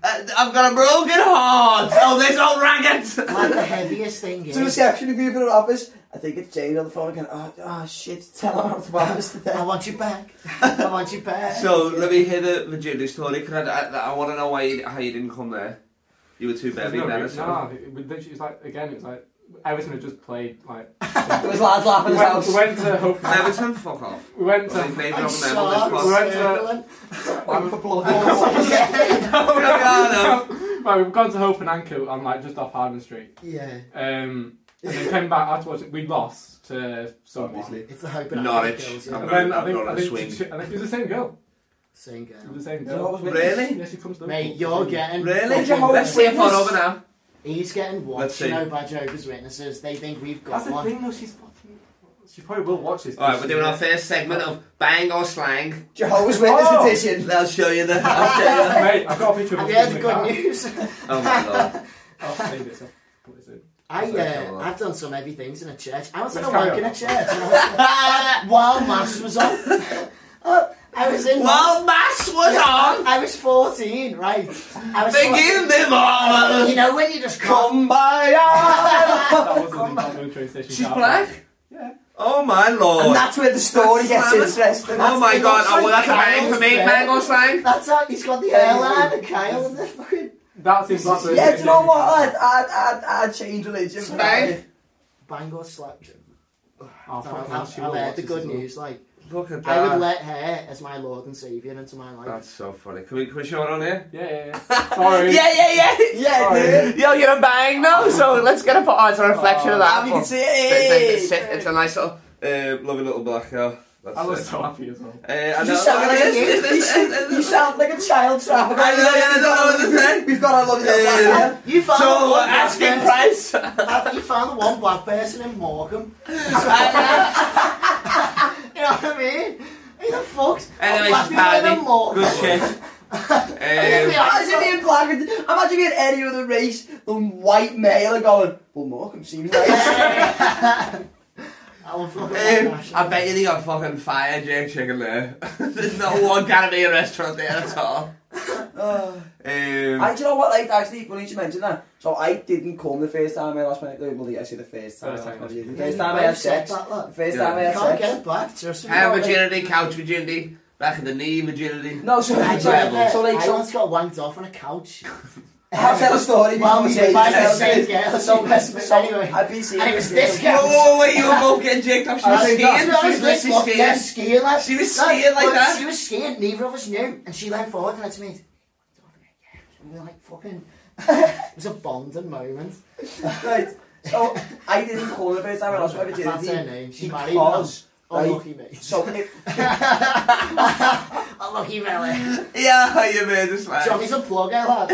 Speaker 1: Uh, I've got a broken heart. Oh, this old ragged.
Speaker 3: Like the heaviest thing
Speaker 2: to the
Speaker 3: is,
Speaker 2: reception group in her office. I think it's James on the phone again. Oh, oh shit, tell her how to buy this today.
Speaker 3: I want you back. I want you back.
Speaker 1: So let me hear the Virginia story. Cause I, I, I want to know why you, how you didn't come there. You were too
Speaker 4: There's
Speaker 1: busy
Speaker 4: no,
Speaker 1: then. or
Speaker 4: reason-
Speaker 1: something.
Speaker 4: no, it, was literally- it was like, again, it was like, Everton had just played, like,
Speaker 2: There was lads laughing
Speaker 4: we
Speaker 2: his
Speaker 4: went, we
Speaker 2: house.
Speaker 4: went to, hope,
Speaker 1: Everton, fuck off.
Speaker 4: we went
Speaker 1: I think
Speaker 4: to,
Speaker 1: they've
Speaker 3: I'm
Speaker 1: got them
Speaker 3: sorry,
Speaker 1: on this podcast.
Speaker 4: Right.
Speaker 3: Sutherland.
Speaker 2: I'm for blood.
Speaker 1: Oh, no, no.
Speaker 4: right, we've gone to Hope and Anchor on, like, just off Hardman Street.
Speaker 3: Yeah,
Speaker 4: Um, and then came back afterwards, we lost to someone.
Speaker 1: Obviously.
Speaker 3: it's the hope and
Speaker 1: Norwich.
Speaker 3: Girls,
Speaker 1: I'm
Speaker 4: And
Speaker 3: yeah.
Speaker 1: not-
Speaker 4: then I
Speaker 1: I'm
Speaker 4: think,
Speaker 1: not
Speaker 4: I
Speaker 1: on a
Speaker 4: think,
Speaker 1: swing.
Speaker 4: she, I think it was the same girl.
Speaker 3: Same
Speaker 4: It was
Speaker 3: girl.
Speaker 4: the same
Speaker 2: Yeah, what
Speaker 4: girl.
Speaker 2: was with-
Speaker 1: Really?
Speaker 4: Yeah, she comes to
Speaker 3: Mate,
Speaker 4: Liverpool.
Speaker 3: you're getting
Speaker 1: Really?
Speaker 2: Did you hold
Speaker 1: Let's see if
Speaker 2: witness?
Speaker 1: I'm over now.
Speaker 3: He's getting
Speaker 1: Let's
Speaker 3: watched,
Speaker 1: see.
Speaker 3: you know, by Jehovah's Witnesses. They think we've got
Speaker 4: That's the
Speaker 3: one.
Speaker 4: thing, though. She's fucking. She probably will watch this.
Speaker 1: Alright, we're doing our first segment of Bang or Slang.
Speaker 2: Jehovah's Witness
Speaker 4: Oh.
Speaker 2: edition.
Speaker 1: I'll show you the. I'll show you the-
Speaker 4: Mate, I've got a picture of
Speaker 3: Have
Speaker 4: us
Speaker 3: you heard the
Speaker 4: in the
Speaker 3: good
Speaker 4: car.
Speaker 3: news?
Speaker 1: Oh my god.
Speaker 4: I'll save this. I'll put this in.
Speaker 3: I,
Speaker 1: That's okay,
Speaker 3: uh,
Speaker 1: well.
Speaker 3: I've done some heavy things in a church. I was in a
Speaker 4: Let's carry
Speaker 3: work in
Speaker 4: on.
Speaker 3: a church. and I was- While mass was on. Oh, I was in
Speaker 1: Well, Mass was on!
Speaker 3: I was 14, right? I was
Speaker 1: Begin the
Speaker 3: You
Speaker 1: moment!
Speaker 3: know when you just come.
Speaker 1: Come by us!
Speaker 4: That was the Zimbabwe train station.
Speaker 1: She's
Speaker 4: car.
Speaker 1: black?
Speaker 4: Yeah.
Speaker 1: Oh my
Speaker 2: And
Speaker 1: lord.
Speaker 2: that's where the story
Speaker 1: That's
Speaker 2: gets
Speaker 1: Simon.
Speaker 2: interesting.
Speaker 1: Oh my
Speaker 3: it
Speaker 1: god,
Speaker 3: looks
Speaker 1: oh, well,
Speaker 3: like
Speaker 1: that's a bang for me,
Speaker 3: Kyle's
Speaker 1: bang or slang.
Speaker 3: That's how he's got the airline and Kyle and the fucking
Speaker 4: That's in Blackburn.
Speaker 2: Yeah, do you know what? I'd, I'd, I'd, I'd change religion. for that.
Speaker 1: Right.
Speaker 3: Bangor slap.
Speaker 4: Oh,
Speaker 3: I've,
Speaker 4: fuck,
Speaker 3: I've,
Speaker 4: no,
Speaker 3: I've
Speaker 4: she will
Speaker 3: heard
Speaker 4: watch
Speaker 3: the
Speaker 4: this
Speaker 3: good
Speaker 4: as well.
Speaker 3: news. Like
Speaker 1: Look at
Speaker 3: I would
Speaker 1: that.
Speaker 3: let her as my Lord and Saviour into my life.
Speaker 1: That's so funny. Can we, can we show it on here?
Speaker 4: Yeah, yeah, yeah. Sorry.
Speaker 1: yeah, yeah.
Speaker 2: Yeah,
Speaker 4: Sorry.
Speaker 2: dude.
Speaker 1: Yo, you're a bang now, so let's get a photo. it's a reflection of
Speaker 2: Now
Speaker 1: that.
Speaker 2: you can see
Speaker 1: It's, it's,
Speaker 2: it.
Speaker 1: it's a nice little, uh, lovely little black girl. That's
Speaker 4: I
Speaker 1: it.
Speaker 4: was so happy as well.
Speaker 1: Uh, I
Speaker 2: You
Speaker 1: know-
Speaker 2: sound,
Speaker 1: look at
Speaker 2: like a,
Speaker 1: this,
Speaker 2: you,
Speaker 1: this, this,
Speaker 2: you
Speaker 1: this.
Speaker 2: sound like a child trafficker.
Speaker 1: I know, yeah, I don't know what to say.
Speaker 2: We've got our lovely little
Speaker 1: Yeah.
Speaker 2: black man.
Speaker 3: You found the
Speaker 1: So,
Speaker 3: one
Speaker 1: asking
Speaker 3: black
Speaker 1: price.
Speaker 3: person. You found the one black person in Morecambe. you know what I mean? Who the fuck's
Speaker 1: Anyway,
Speaker 3: a black
Speaker 1: she's
Speaker 3: people
Speaker 1: Hardy.
Speaker 3: in Morecambe?
Speaker 1: Good shit. Um,
Speaker 2: Imagine being black. and- Imagine being any other race than white male and going, well, Morecambe seems nice.
Speaker 3: I'll fucking
Speaker 1: Um,
Speaker 3: smash
Speaker 1: I
Speaker 3: it.
Speaker 1: bet you they got fucking fire jerk chicken there. There's not one Caribbean restaurant there at all.
Speaker 2: Uh,
Speaker 1: Um,
Speaker 2: I, do you know what? Like, actually, funny you should mention that. So I didn't come the first time I lost my. Well, the- actually, the first time.
Speaker 4: First
Speaker 2: I
Speaker 4: time.
Speaker 2: lost my- The
Speaker 3: Yeah,
Speaker 2: first
Speaker 3: you
Speaker 2: time I
Speaker 3: both
Speaker 2: had
Speaker 3: said
Speaker 2: sex.
Speaker 3: that,
Speaker 2: The
Speaker 3: look.
Speaker 2: first
Speaker 1: Yeah.
Speaker 2: time I
Speaker 3: You
Speaker 2: had
Speaker 3: can't
Speaker 2: sex.
Speaker 3: get it back, trust me.
Speaker 1: hair virginity, couch virginity, back of the knee virginity.
Speaker 2: No, so
Speaker 3: I,
Speaker 2: like, so
Speaker 1: Incredible.
Speaker 3: so
Speaker 2: so, like,
Speaker 3: I
Speaker 2: so
Speaker 3: once got wanked off on a couch.
Speaker 2: I'll tell a story
Speaker 3: Well,
Speaker 2: before we
Speaker 3: we
Speaker 2: say
Speaker 3: might
Speaker 2: this.
Speaker 3: as well say it, yeah, let's
Speaker 2: So,
Speaker 3: do this,
Speaker 2: so,
Speaker 3: but
Speaker 2: so
Speaker 3: anyway.
Speaker 2: I've been seeing
Speaker 3: And it was this
Speaker 1: Whoa,
Speaker 3: guy.
Speaker 1: whoa, whoa, you were both getting jacked up. She was
Speaker 2: I think
Speaker 1: skiing.
Speaker 2: that's-
Speaker 1: She was literally
Speaker 3: fuck, yeah,
Speaker 1: skiing.
Speaker 3: skiing, lad.
Speaker 1: She was
Speaker 3: Lad,
Speaker 1: skiing like
Speaker 3: look,
Speaker 1: that.
Speaker 3: She was skiing, neither of us knew. And she leaned forward and I said, mate, we were like fucking. it was a bonding moment.
Speaker 2: Right. So I didn't call the first time I lost my virginity.
Speaker 3: That's her name. She's married now.
Speaker 2: because, right,
Speaker 3: Unlucky mate.
Speaker 2: so if,
Speaker 3: Unlucky Billy.
Speaker 1: Yeah, you made a slide.
Speaker 3: Johnny's a plugger, lad.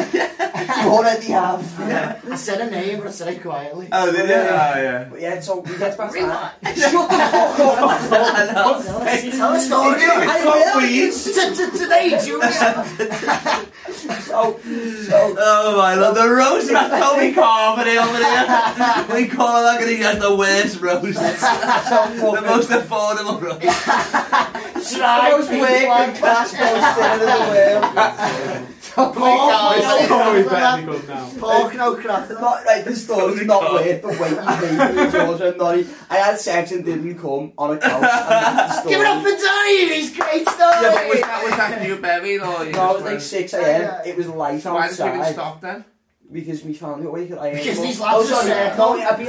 Speaker 2: you already have.
Speaker 3: I said her name, but I said it quietly.
Speaker 1: Oh, did you? Oh, yeah.
Speaker 2: But yeah, so we get back to
Speaker 3: Rewind.
Speaker 2: that. Shut the fuck up!
Speaker 1: I know.
Speaker 3: Tell us- tell us the story.
Speaker 1: Give me
Speaker 2: Oh, I
Speaker 1: some,
Speaker 2: will.
Speaker 1: please.
Speaker 3: T- t- Today, Junior.
Speaker 2: So, so,
Speaker 1: Oh my lord, the roast that Toby Carvey over there. We call that because he has the worst roast.
Speaker 2: so
Speaker 1: The most affordable roast.
Speaker 2: I
Speaker 3: Try
Speaker 2: was
Speaker 3: pink
Speaker 2: working
Speaker 3: one.
Speaker 2: class most in the world.
Speaker 3: Pork,
Speaker 4: It's
Speaker 3: no
Speaker 4: always better
Speaker 3: crack,
Speaker 4: to come now.
Speaker 3: Pork, no crack.
Speaker 2: It's not right. This story's not worth the weight you made me, George. I'm not. e- I had sex and didn't come on a couch. And that's the
Speaker 3: Give it up
Speaker 2: story.
Speaker 3: for Johnny, he's great
Speaker 1: Yeah, but was
Speaker 3: story.
Speaker 1: that was that new baby or you
Speaker 2: No, it was
Speaker 1: just
Speaker 2: like
Speaker 1: went-
Speaker 2: 6 a.m. It was light
Speaker 1: Why did you even
Speaker 2: outside
Speaker 1: stop then?
Speaker 2: because we found it awake at 8
Speaker 3: Because these
Speaker 2: Oh,
Speaker 3: lads are
Speaker 2: sorry.
Speaker 3: sick.
Speaker 2: No, I've been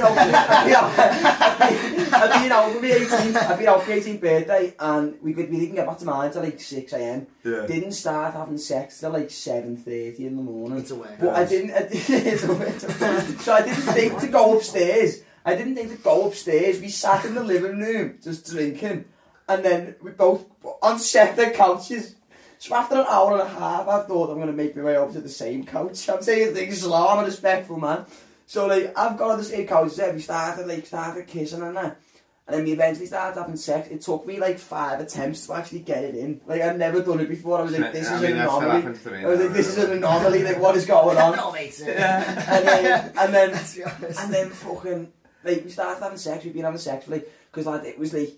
Speaker 2: out. I've been out for my 18th. I've been out for my 18th birthday, and we could we didn't get back to mine till like 6 a.m. Didn't start having sex till like 7:30 in the morning.
Speaker 3: It's a warehouse.
Speaker 2: But I didn't. I didn't so I didn't think to go upstairs. I didn't think to go upstairs. We sat in the living room just drinking, and then we both on separate couches. So after an hour and a half, I thought I'm going to make my way over to the same couch. I'm saying things slow. I'm a respectful man. So like I've got on the same couch. There. We started like started kissing and that. And then we eventually started having sex. It took me like five attempts to actually get it in. Like I've never done it before. I was like, this
Speaker 1: I
Speaker 2: is
Speaker 1: mean,
Speaker 2: an
Speaker 1: that still
Speaker 2: anomaly.
Speaker 1: happens to me.
Speaker 2: I was like,
Speaker 1: now,
Speaker 2: Oh, this is an
Speaker 1: really.
Speaker 2: anomaly. Like, what is going on?
Speaker 3: No, mate.
Speaker 1: Yeah.
Speaker 2: And then, and then,
Speaker 3: Let's be honest.
Speaker 2: and then, fucking, like, we started having sex. We've been having sex for like, because like, it was like,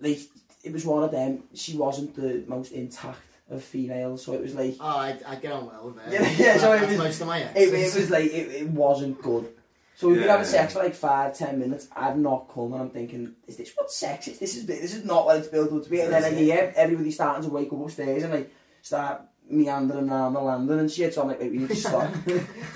Speaker 2: like, it was one of them. She wasn't the most intact of females, so it was like,
Speaker 3: Oh, I, I get on well with it.
Speaker 2: Yeah, yeah, so it
Speaker 3: That's
Speaker 2: was-
Speaker 3: most of my
Speaker 2: it,
Speaker 3: exes.
Speaker 2: it was like, it, it wasn't good. So we've been
Speaker 1: Yeah.
Speaker 2: having sex for like five, ten minutes. I've not come, and I'm thinking, is this what sex is? This is this is not what it's built up to be. And then I hear everybody starting to wake up upstairs and like start meandering around the landing and shit. So I'm like, wait, we need to stop. We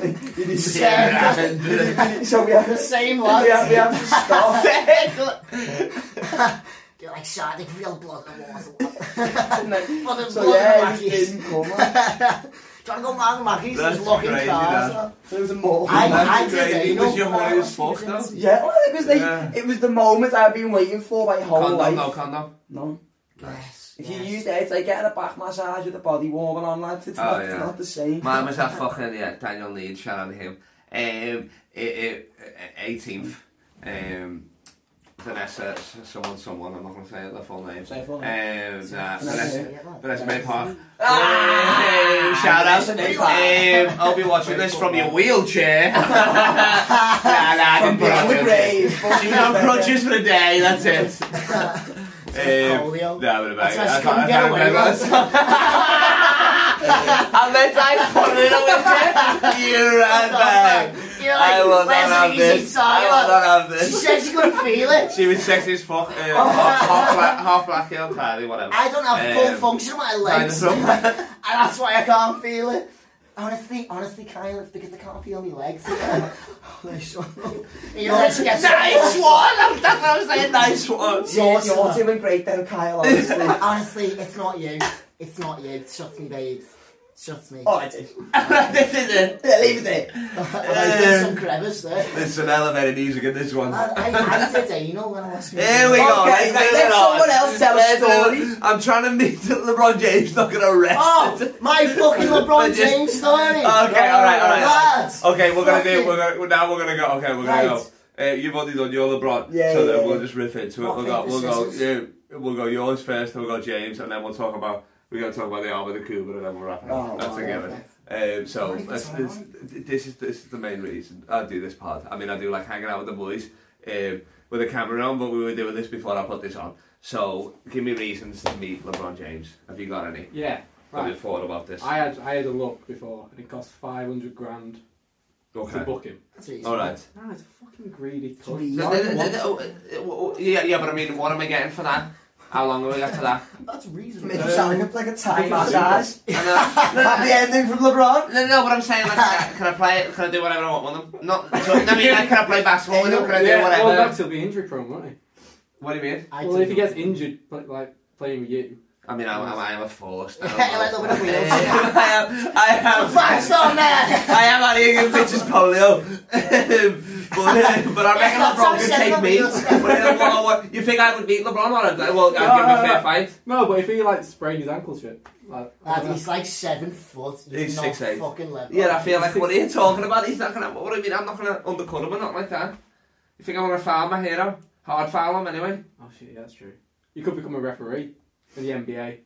Speaker 2: need to stop.
Speaker 1: Yeah.
Speaker 2: so we have
Speaker 3: the
Speaker 2: to
Speaker 3: same
Speaker 2: we have, we
Speaker 3: lads.
Speaker 2: have to stop.
Speaker 3: They're like sharding real blood and water.
Speaker 2: And then-
Speaker 3: Blood and
Speaker 2: so
Speaker 3: blood
Speaker 2: yeah,
Speaker 3: and
Speaker 2: it just
Speaker 3: mackies.
Speaker 2: didn't come. man.
Speaker 3: Trying to go mad and mackies,
Speaker 1: That's
Speaker 3: just locking
Speaker 1: crazy,
Speaker 3: cars.
Speaker 1: that.
Speaker 3: up.
Speaker 2: So there was a more.
Speaker 3: I,
Speaker 1: That's
Speaker 3: I did
Speaker 1: crazy.
Speaker 3: anal,
Speaker 1: Was your
Speaker 3: but I
Speaker 1: horny as
Speaker 3: was
Speaker 1: fuck,
Speaker 3: virginity.
Speaker 1: though?
Speaker 2: yeah, well, it was like
Speaker 1: Yeah.
Speaker 2: it was the moment I've been waiting for my whole
Speaker 1: Condom,
Speaker 2: life.
Speaker 1: no condom.
Speaker 2: No.
Speaker 3: Yes.
Speaker 2: If
Speaker 3: yes.
Speaker 2: you use it, it's like getting a back massage with a body warming on, lads. It's,
Speaker 1: Oh,
Speaker 2: not, it's
Speaker 1: yeah.
Speaker 2: not the same.
Speaker 1: Mine was that fucking yeah, Daniel Leeds, shout out to him. Um, it, eighteenth. Um, Vanessa, s- someone, someone. I'm not gonna say it, their full name.
Speaker 2: Say it full
Speaker 1: Um, nah, Vanessa,
Speaker 3: Yeah, lad.
Speaker 1: Vanessa May Park.
Speaker 2: Ah!
Speaker 1: Um, shout out.
Speaker 2: Vanessa May Park.
Speaker 1: Um, I'll be watching this from your wheelchair. nah, nah, I
Speaker 2: From
Speaker 1: didn't put on
Speaker 2: beyond the
Speaker 1: wheelchair.
Speaker 2: grave.
Speaker 1: She's on crutches for the day. That's it. um,
Speaker 3: polio.
Speaker 1: nah, but about
Speaker 3: That's why she
Speaker 1: I can't,
Speaker 3: couldn't
Speaker 1: I
Speaker 3: get
Speaker 1: can't
Speaker 3: away
Speaker 1: remember.
Speaker 3: with it.
Speaker 1: And then I put it on the You ran back.
Speaker 3: You're like,
Speaker 1: I will not
Speaker 3: where's the
Speaker 1: have
Speaker 3: easy
Speaker 1: this. I
Speaker 3: side?
Speaker 1: will not have
Speaker 3: She
Speaker 1: this.
Speaker 3: said she couldn't feel it.
Speaker 1: She was sexy as fuck. Uh, half, half black, half black, yeah, entirely, whatever.
Speaker 3: Oh. I don't have full
Speaker 1: Um,
Speaker 3: function of my
Speaker 1: Kind of
Speaker 3: legs.
Speaker 1: some-
Speaker 3: and that's why I can't feel it. Honestly, honestly, Kyle, it's because I can't feel my legs. nice one. Your legs get
Speaker 1: nice one. That's what I was saying. Nice one.
Speaker 2: You're,
Speaker 3: Yes,
Speaker 2: you're
Speaker 3: lad.
Speaker 2: doing great then, Kyle, honestly.
Speaker 3: Honestly, it's not you. It's not you. Trust me, babes. Trust me.
Speaker 2: oh, I did.
Speaker 1: this is it.
Speaker 2: Yeah, leave it there.
Speaker 3: There's
Speaker 1: um,
Speaker 3: some crevice there.
Speaker 1: There's some elevated music in this one.
Speaker 3: I, I, I did anal when I was.
Speaker 1: Here we go.
Speaker 2: Okay,
Speaker 1: let's
Speaker 2: now
Speaker 1: move
Speaker 2: let
Speaker 1: it on.
Speaker 2: someone else tell a
Speaker 1: Let's do
Speaker 2: story.
Speaker 1: it. I'm trying to meet LeBron James, not gonna rest.
Speaker 3: Oh, my fucking
Speaker 1: I
Speaker 3: LeBron
Speaker 1: just-
Speaker 3: James story.
Speaker 1: Okay, all right, all right.
Speaker 3: Lads,
Speaker 1: Okay, we're gonna
Speaker 3: Fucking-
Speaker 1: do. We're gonna, well, now we're gonna go. Okay, we're
Speaker 3: Right.
Speaker 1: gonna go. Uh, you've already done your LeBron,
Speaker 2: Yeah,
Speaker 1: so
Speaker 2: yeah,
Speaker 1: then
Speaker 2: yeah.
Speaker 1: we'll just riff into it.
Speaker 3: Rock,
Speaker 1: We'll go.
Speaker 3: paper,
Speaker 1: We'll go. Yeah,
Speaker 3: scissors.
Speaker 1: we'll go yours first. Then we'll go James, and then we'll talk about. We gotta talk about the arm of the Cuba, and then we'll wrap it up.
Speaker 2: Oh,
Speaker 1: That's
Speaker 2: wow,
Speaker 1: a given. Um, so
Speaker 3: Right,
Speaker 1: that's,
Speaker 3: that's
Speaker 1: this, this is this is the main reason I do this part. I mean, I do like hanging out with the boys. um, with a camera on, but we were doing this before I put this on. So give me reasons to meet LeBron James. Have you got any?
Speaker 4: Yeah.
Speaker 1: Have you
Speaker 4: Right.
Speaker 1: thought about this?
Speaker 4: I had I had a look before, and it cost five hundred grand to
Speaker 1: okay.
Speaker 4: book him.
Speaker 3: That's easy.
Speaker 1: Oh, All right.
Speaker 4: Ah, it's a fucking greedy
Speaker 3: So
Speaker 4: cunt.
Speaker 3: we-
Speaker 1: No, no, no, no, no, uh, uh, uh, Yeah, yeah, but I mean, what am I getting for that? How long have I got for that?
Speaker 3: That's reasonable.
Speaker 2: Make it sound like, like a Thai
Speaker 1: Because-
Speaker 2: massage.
Speaker 1: And, uh,
Speaker 2: That's the ending from LeBron.
Speaker 1: No, no, but I'm saying, like, can I- can I play it? Can I do whatever I want with them? Not, so, I mean, like, can I play basketball with them? Can I do
Speaker 4: yeah, Well,
Speaker 1: whatever?
Speaker 4: that's he'll be injury prone, won't he?
Speaker 1: What do you mean?
Speaker 3: I
Speaker 4: well,
Speaker 3: do
Speaker 4: if he
Speaker 3: not-
Speaker 4: gets injured, like, like playing with you,
Speaker 1: I mean, I'm, I'm, I'm a force. now.
Speaker 3: Yeah, like the one of wheels.
Speaker 1: Yeah, yeah, I am. I
Speaker 3: um,
Speaker 1: am.
Speaker 3: Five-star man!
Speaker 1: I am out here giving bitches polio. but, uh, but I reckon
Speaker 3: Yeah, that's
Speaker 1: LeBron could
Speaker 3: upsetting
Speaker 1: take
Speaker 3: on
Speaker 1: me.
Speaker 3: wheels.
Speaker 1: But, uh, what- what- you think I would beat LeBron or I'd, well, I'd give him a fair fight?
Speaker 4: No, but if he like sprained his ankle, shit. Like, I
Speaker 3: Lad,
Speaker 4: don't know.
Speaker 3: he's like seven foot. He's,
Speaker 1: He's
Speaker 3: not
Speaker 1: 6'8".
Speaker 3: fucking level.
Speaker 1: Yeah, I feel like what are you talking about? He's not gonna. What do you mean? I'm not gonna undercut him or not like that. You think I'm gonna foul my hero? Hard foul him anyway.
Speaker 4: oh shit, yeah, that's true. You could become a referee in the NBA,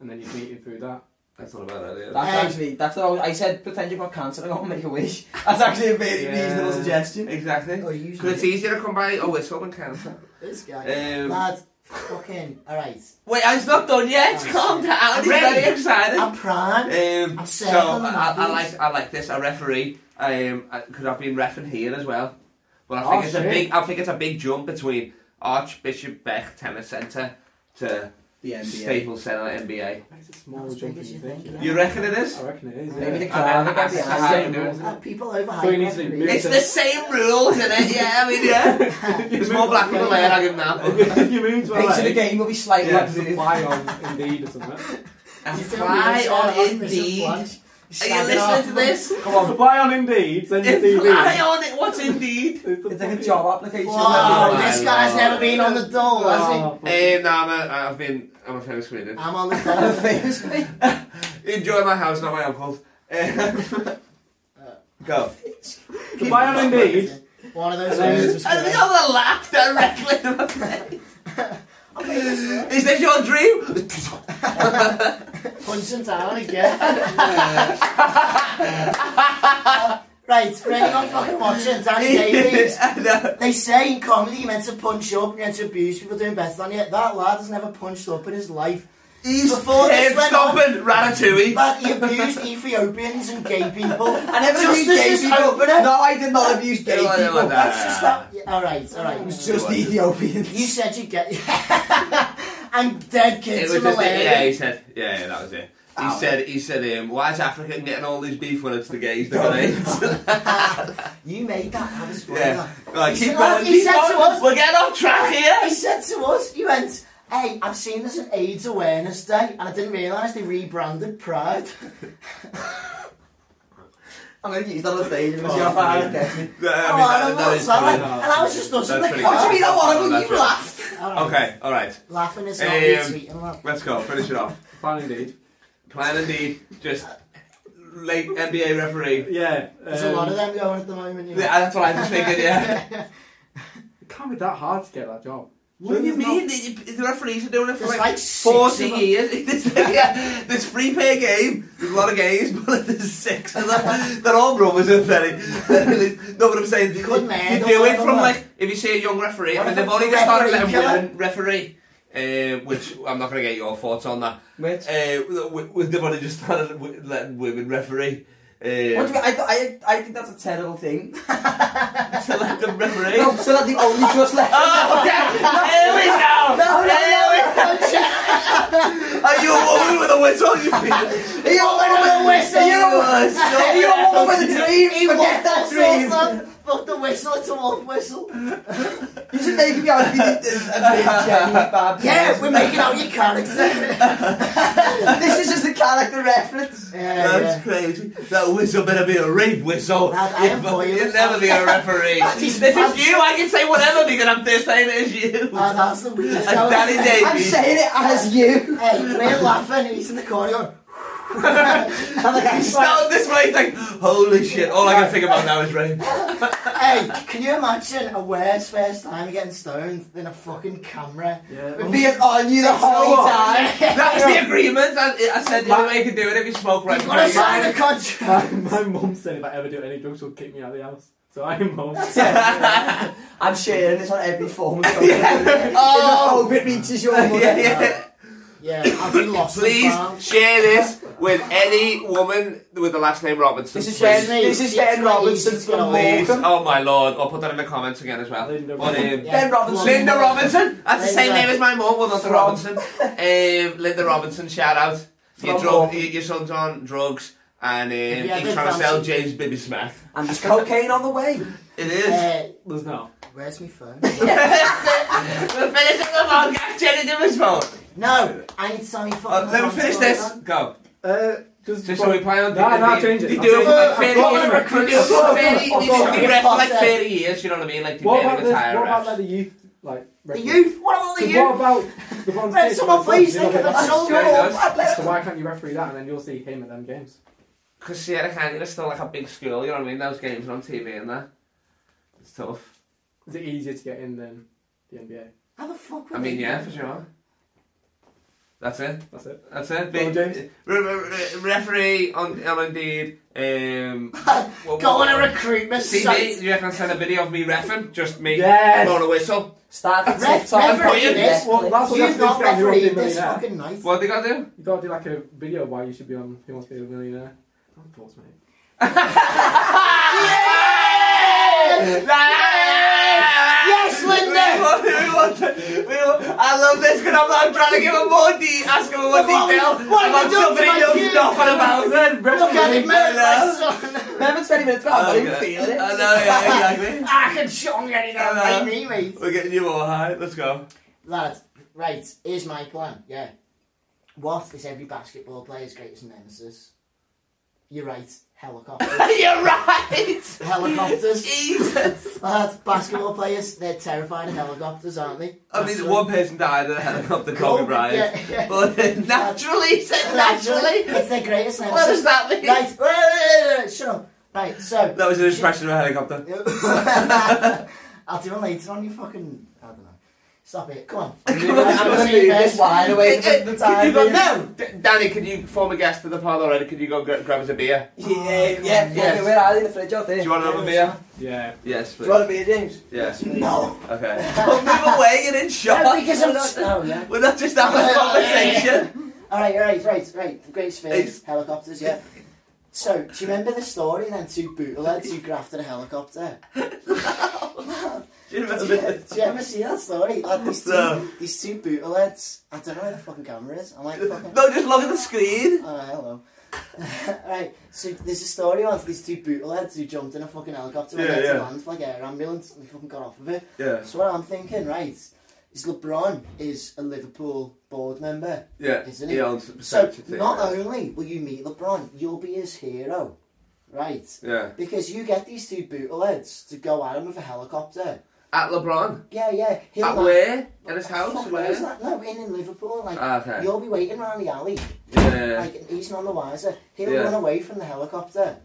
Speaker 4: and then you meet him through that.
Speaker 1: That's not about that.
Speaker 2: That's
Speaker 3: Hey.
Speaker 2: actually that's what I, was, I said. Pretend you've got cancer and go and make a wish. That's actually a very
Speaker 4: Yeah.
Speaker 2: reasonable suggestion.
Speaker 1: Exactly.
Speaker 3: Oh, you
Speaker 1: Because it's
Speaker 3: usually
Speaker 1: easier to come by a whistle than cancer.
Speaker 3: this guy.
Speaker 1: Um,
Speaker 3: Lad, fucking alright.
Speaker 1: wait, it's not done yet. Calm down. He's very excited.
Speaker 3: I'm primed.
Speaker 1: Um,
Speaker 3: I'm
Speaker 1: so
Speaker 3: sad on the
Speaker 1: I, I
Speaker 3: nappies.
Speaker 1: like I like this. A referee, um, because I've been refing here as well. But I
Speaker 4: Oh,
Speaker 1: think it's a
Speaker 4: shit.
Speaker 1: big. I think it's a big jump between Archbishop Beck Tennis Centre to
Speaker 2: The NBA.
Speaker 1: Staples Centre NBA.
Speaker 4: It's a small
Speaker 3: Not as
Speaker 4: jump
Speaker 3: big
Speaker 4: in
Speaker 3: as
Speaker 4: you
Speaker 3: you
Speaker 4: think.
Speaker 3: think,
Speaker 4: yeah.
Speaker 3: yeah.
Speaker 1: You reckon it is?
Speaker 4: I reckon it is.
Speaker 2: Maybe
Speaker 4: Yeah.
Speaker 2: the crowd will get
Speaker 1: Same
Speaker 2: behind.
Speaker 4: rules.
Speaker 1: Um,
Speaker 3: Uh, people overhype
Speaker 4: So he needs to be
Speaker 3: referees.
Speaker 4: moved.
Speaker 1: It's the same rules, isn't it? Yeah, I mean, yeah. There's more black people there, I give them that.
Speaker 4: if you move to LA,
Speaker 2: Pace of the game will be slightly
Speaker 1: Yeah.
Speaker 4: like
Speaker 2: improved.
Speaker 4: supply on Indeed or something.
Speaker 1: And
Speaker 3: You tell me
Speaker 1: Apply
Speaker 3: you're
Speaker 1: on
Speaker 3: starting
Speaker 1: Indeed.
Speaker 3: on
Speaker 1: Are
Speaker 3: this
Speaker 1: you
Speaker 3: one.
Speaker 1: listening to this?
Speaker 2: Come on.
Speaker 4: Apply on Indeed, send your
Speaker 1: Apply
Speaker 4: CV.
Speaker 1: on it. What's Indeed?
Speaker 4: the
Speaker 2: It's like a
Speaker 4: fucking-
Speaker 2: job application.
Speaker 3: Wow,
Speaker 1: Oh,
Speaker 3: this
Speaker 1: my
Speaker 3: guy's
Speaker 1: Lord.
Speaker 3: never been on the dole, has
Speaker 4: Oh,
Speaker 1: Um, no, I'm a, I've been. I'm a famous
Speaker 3: he?
Speaker 1: comedian.
Speaker 3: I'm on the
Speaker 2: I'm a
Speaker 3: dole.
Speaker 2: famous man.
Speaker 1: Enjoy my house, not my uncle's. Um, Go.
Speaker 4: fucking- Apply on Indeed.
Speaker 3: One of those
Speaker 4: And then-
Speaker 3: words was
Speaker 1: I
Speaker 3: good.
Speaker 1: think I'm gonna laugh directly in my face. Is this your dream?
Speaker 3: Punch him down again. Right, for anyone fucking watching, Danny Davies.
Speaker 1: No.
Speaker 3: They say in comedy you're meant to punch up, you're meant to abuse people doing better than you. That lad has never punched up in his life.
Speaker 1: He's
Speaker 3: Before this
Speaker 1: him
Speaker 3: went
Speaker 1: stomping Ratatouille.
Speaker 3: Lad, he abused Ethiopians and gay people.
Speaker 2: I never
Speaker 3: Justice
Speaker 2: abused gay
Speaker 3: is
Speaker 2: people.
Speaker 3: opener.
Speaker 2: No, I did not abuse gay
Speaker 1: No, no, no,
Speaker 2: people.
Speaker 1: no.
Speaker 2: That's
Speaker 3: That's just that. Yeah, all right, all right.
Speaker 2: It's just Ethiopians.
Speaker 3: You said you get. and dead
Speaker 1: It
Speaker 3: kids
Speaker 1: was
Speaker 3: from
Speaker 1: just
Speaker 3: malaria.
Speaker 1: yeah. He said yeah, yeah, that was it. He
Speaker 2: Ow.
Speaker 1: said he said um, why is Africa getting all this beef when it's the gays doing it?
Speaker 3: You made that. That was funny.
Speaker 1: yeah, like,
Speaker 3: He
Speaker 1: keep
Speaker 3: said-
Speaker 1: going,
Speaker 3: he
Speaker 1: keep
Speaker 3: said to
Speaker 1: going.
Speaker 3: us-
Speaker 1: We're getting off track
Speaker 3: He
Speaker 1: here.
Speaker 3: said to us, he went, Hey, I've seen this at AIDS Awareness Day, and I didn't realise they rebranded Pride.
Speaker 2: I'm going to use that on stage and see
Speaker 4: Oh,
Speaker 2: how far I
Speaker 4: yeah.
Speaker 2: get me.
Speaker 1: No, I
Speaker 3: oh,
Speaker 1: mean,
Speaker 3: I
Speaker 1: that-
Speaker 3: don't
Speaker 1: that
Speaker 3: know,
Speaker 1: is
Speaker 3: sorry.
Speaker 1: brilliant.
Speaker 3: And I was just
Speaker 1: That's
Speaker 3: us in the
Speaker 1: pretty
Speaker 2: What do you
Speaker 3: car.
Speaker 2: mean I want to?
Speaker 1: Oh, That's
Speaker 2: You
Speaker 1: right.
Speaker 2: laughed.
Speaker 3: All right.
Speaker 1: Okay, all right.
Speaker 3: Laughing is not
Speaker 1: Um,
Speaker 3: retweeting that.
Speaker 1: Let's go. Finish it off.
Speaker 4: Apply on Indeed.
Speaker 1: Plan indeed. Just late NBA referee.
Speaker 4: Yeah.
Speaker 3: There's a
Speaker 4: um,
Speaker 3: lot of them going at the moment. You know.
Speaker 1: Yeah, that's what I was thinking. Yeah.
Speaker 4: It can't be that hard to get that job.
Speaker 1: What do you mean? The the referees are doing it for
Speaker 3: There's
Speaker 1: like,
Speaker 3: like six
Speaker 1: 40
Speaker 3: of 'em.
Speaker 1: years. There's, yeah, there's free pay game. There's a lot of games, but there's six. of them. They're all brothers, aren't they? no, but I'm saying, you,
Speaker 3: Good
Speaker 1: you
Speaker 3: man, don't
Speaker 1: do it
Speaker 3: let them
Speaker 1: from
Speaker 3: know.
Speaker 1: like, if you see a young referee, I
Speaker 3: What
Speaker 1: mean,
Speaker 3: if
Speaker 1: they've
Speaker 3: it's
Speaker 1: only
Speaker 3: a
Speaker 1: just started
Speaker 3: referee
Speaker 1: letting
Speaker 3: killer?
Speaker 1: women referee, uh, which I'm not going to get your thoughts on that.
Speaker 2: Which?
Speaker 1: Uh, w- w- they've only just started w- letting women referee.
Speaker 2: What do you
Speaker 1: Uh,
Speaker 2: mean? I, I, I think that's a terrible thing.
Speaker 1: to let them referee.
Speaker 2: No, so that the only just left.
Speaker 1: Oh, okay. Here we go. Here we go. Are you a woman with a whistle? You feel?
Speaker 2: Are you a woman with a whistle?
Speaker 1: You
Speaker 2: Are
Speaker 1: was so-
Speaker 2: you a woman with a dream? Forget that dream.
Speaker 3: Fuck the whistle, it's a wolf whistle.
Speaker 2: You should make me out to be a big genuine bad
Speaker 3: Yeah, we're
Speaker 2: person.
Speaker 3: making out your character.
Speaker 2: This is just a character reference.
Speaker 3: yeah,
Speaker 1: That's
Speaker 3: yeah.
Speaker 1: crazy. That whistle better be a rape whistle.
Speaker 3: Lad, I am
Speaker 1: It-
Speaker 3: loyal.
Speaker 1: It'll never be a referee.
Speaker 3: his
Speaker 1: this is
Speaker 3: pants.
Speaker 1: you. I can say whatever because I'm there saying it is you.
Speaker 3: Oh, that's the weirdest.
Speaker 1: And Danny
Speaker 2: I'm
Speaker 1: Davies.
Speaker 2: saying it as you.
Speaker 3: Hey, we're laughing and he's in the corner going,
Speaker 2: I'm like, I'm
Speaker 1: He's down this way. He's like, holy shit. All I can think about now is rape.
Speaker 3: hey, can you imagine a worse first time getting stoned than a fucking camera?
Speaker 4: Yeah.
Speaker 2: sorry. being on you the whole
Speaker 3: Oh,
Speaker 2: time.
Speaker 1: That was the agreement. I, I said the only way you can do it if you smoke right
Speaker 3: You've got to
Speaker 1: before you
Speaker 3: sign a
Speaker 1: marry.
Speaker 3: contract.
Speaker 4: My, my mum said if I ever do any drugs, she'll kick me out of the house. So I'm home.
Speaker 2: I'm sharing this on every form of social media. Oh, hope it reaches your mother.
Speaker 1: Yeah, yeah.
Speaker 3: Yeah, I've been lost.
Speaker 1: Please
Speaker 3: As well.
Speaker 1: share this with any woman with the last name Robinson.
Speaker 2: This is
Speaker 1: please.
Speaker 2: Ben. This is Ben Robinson from
Speaker 1: Please.
Speaker 2: Morecambe.
Speaker 1: Oh my lord. I'll put that in the comments again as well.
Speaker 4: Linda
Speaker 1: What
Speaker 4: Robinson.
Speaker 1: um,
Speaker 3: Yeah.
Speaker 2: Ben Robinson.
Speaker 1: Linda Robinson. That's the same
Speaker 3: Linda.
Speaker 1: name as my mum. Well, not the
Speaker 2: From-
Speaker 1: Robinson. Um, Linda Robinson. Shout out. Your,
Speaker 2: From
Speaker 1: drug,
Speaker 2: Morecambe.
Speaker 1: your, your son's on drugs and
Speaker 3: If you
Speaker 1: um,
Speaker 3: had
Speaker 1: he's
Speaker 3: a
Speaker 1: trying to sell
Speaker 3: fancy-
Speaker 1: James Bibby Smith.
Speaker 2: And there's cocaine on the way.
Speaker 1: It is.
Speaker 3: Uh,
Speaker 4: There's no.
Speaker 3: where's my phone?
Speaker 1: We're finishing the podcast. Jenny, give us phone.
Speaker 3: no, I need Sammy phone.
Speaker 1: Oh, let me finish this. Go.
Speaker 4: Uh, just
Speaker 1: Just so we play on.
Speaker 4: Nah, nah, change it.
Speaker 1: They
Speaker 4: I'll
Speaker 1: do it
Speaker 4: change
Speaker 1: for like thirty
Speaker 4: it.
Speaker 1: years.
Speaker 4: I've got it.
Speaker 1: They do it for thirty- they do it for like thirty years. You know what I mean? Like they
Speaker 4: What
Speaker 1: barely
Speaker 4: about this?
Speaker 1: retire.
Speaker 4: What about
Speaker 1: refs.
Speaker 4: like, the youth? Like
Speaker 3: The
Speaker 4: referee?
Speaker 3: youth? What about the
Speaker 4: So what
Speaker 3: youth?
Speaker 4: about the ones
Speaker 3: Let
Speaker 4: taking
Speaker 3: someone
Speaker 4: the
Speaker 3: please
Speaker 4: subs, you know,
Speaker 3: think of
Speaker 4: like,
Speaker 3: a
Speaker 1: that's
Speaker 3: shoulder.
Speaker 1: good, that's-
Speaker 3: I'd let-
Speaker 4: So why can't you referee that and then you'll see him at them games?
Speaker 1: Because Sierra Canyon is still like a big school, you know what I mean? Those games are on TV and that. It's tough.
Speaker 4: Is it easier to get in than the NBA?
Speaker 3: How the fuck
Speaker 1: I
Speaker 3: would
Speaker 1: mean,
Speaker 3: they-
Speaker 1: yeah, for sure. That's it.
Speaker 4: That's it.
Speaker 1: That's it.
Speaker 4: Go on, James.
Speaker 1: Re- re- re- referee on, on Indeed. Um, what-
Speaker 3: Go on
Speaker 1: what-
Speaker 3: a recruitment
Speaker 1: See
Speaker 3: site.
Speaker 1: me? You reckon send a video of me refing? Just me
Speaker 4: Yes.
Speaker 1: blowing a whistle.
Speaker 2: Start at
Speaker 3: Ref-
Speaker 2: TikTok.
Speaker 3: referee
Speaker 1: put you in
Speaker 3: this.
Speaker 4: Well, that's what
Speaker 3: You've
Speaker 4: that's
Speaker 3: not
Speaker 4: what I'm doing,
Speaker 3: refereed
Speaker 4: you're
Speaker 3: this
Speaker 4: a millionaire.
Speaker 3: fucking night.
Speaker 1: What they got to do?
Speaker 4: You gotta do like a video of why you should be on Who Wants to Be a Millionaire. Don't force me.
Speaker 3: Yes, Linda!
Speaker 1: We want- we want- we want- I love this because I'm, I'm trying to give him more de- ask him more
Speaker 3: But what
Speaker 1: detail
Speaker 3: have you- what have
Speaker 1: about
Speaker 3: you done to
Speaker 1: something he
Speaker 3: my
Speaker 1: knows
Speaker 3: kid?
Speaker 1: nothing about.
Speaker 3: Look at it, man, my son.
Speaker 2: Remember 20 minutes ago, I'm not
Speaker 1: Oh,
Speaker 2: even
Speaker 1: yeah.
Speaker 2: feeling it.
Speaker 1: I know, yeah, exactly.
Speaker 3: I can chong anything
Speaker 1: Hello.
Speaker 3: like me, mate.
Speaker 1: We're getting you all high. Let's go.
Speaker 3: Lad, right, here's my plan, yeah. What is every basketball player's greatest nemesis? You're right, helicopters.
Speaker 1: You're right.
Speaker 3: helicopters.
Speaker 1: Jesus.
Speaker 3: Lad, basketball players, they're terrified of helicopters, aren't they?
Speaker 1: I mean,
Speaker 3: That's
Speaker 1: one person died in a helicopter, Kobe
Speaker 3: Kobe,
Speaker 1: Bryant.
Speaker 3: yeah, yeah.
Speaker 1: But naturally, he said naturally.
Speaker 3: It's their greatest nemesis.
Speaker 1: What does that mean?
Speaker 3: Right, wait, wait, wait, wait, shut up. Right, so.
Speaker 1: That was an expression of a helicopter.
Speaker 3: I'll do it later on, you fucking. I don't know. Stop it, come on.
Speaker 1: Come on,
Speaker 3: I'm
Speaker 1: I'm
Speaker 3: gonna
Speaker 1: gonna
Speaker 3: see you
Speaker 1: leave
Speaker 3: guys
Speaker 1: this
Speaker 3: wide away
Speaker 1: Can
Speaker 3: from the time.
Speaker 1: you go,
Speaker 3: being.
Speaker 1: no, D- Danny, can you form a guest to the pod already? Can you go gra- grab us a beer?
Speaker 2: uh, Yeah, yeah, yeah. Where are they? In the fridge out there.
Speaker 1: Do you want another beer?
Speaker 4: Yeah.
Speaker 1: Yes,
Speaker 2: Do
Speaker 1: please.
Speaker 2: you want a beer, James?
Speaker 1: Yes.
Speaker 3: No.
Speaker 1: Okay. Well, move away. You're in
Speaker 3: No,
Speaker 1: shock.
Speaker 3: because I'm.
Speaker 1: We're not-
Speaker 3: Oh, yeah.
Speaker 1: We're not just having a conversation.
Speaker 3: Alright, alright, right, right. The greatest fears,
Speaker 1: It's-
Speaker 3: helicopters, yeah. So, do you remember the story then? Two bootlegs who grafted a helicopter.
Speaker 1: Do you
Speaker 3: Do
Speaker 1: remember
Speaker 3: you,
Speaker 1: this?
Speaker 3: do you ever see that story? Like these
Speaker 1: No.
Speaker 3: two, these two bootlegs. I don't know where the fucking camera is. I'm like, fucking.
Speaker 1: No, just look at the screen.
Speaker 3: Oh, hello. right, so there's a story about these two bootlegs who jumped in a fucking helicopter and
Speaker 1: Yeah,
Speaker 3: had to
Speaker 1: yeah.
Speaker 3: land for like air ambulance and they fucking got off of it.
Speaker 1: Yeah.
Speaker 3: So what I'm thinking, right, is LeBron is a Liverpool board member.
Speaker 1: Yeah.
Speaker 3: Isn't
Speaker 1: he
Speaker 3: it?
Speaker 1: owns the
Speaker 3: So
Speaker 1: percentage thing,
Speaker 3: not
Speaker 1: yeah.
Speaker 3: only will you meet LeBron, you'll be his hero, right?
Speaker 1: Yeah.
Speaker 3: Because you get these two bootlegs to go at him with a helicopter.
Speaker 1: At LeBron.
Speaker 3: Yeah, yeah. He'll
Speaker 1: At
Speaker 3: like-
Speaker 1: where? At his
Speaker 3: Oh,
Speaker 1: house?
Speaker 3: fuck, where's
Speaker 1: Where?
Speaker 3: that? No, in in Liverpool. Like
Speaker 1: Ah, okay.
Speaker 3: you'll be waiting around the alley.
Speaker 1: Yeah.
Speaker 3: Like he's none the wiser. He'll
Speaker 1: Yeah.
Speaker 3: run away from the helicopter,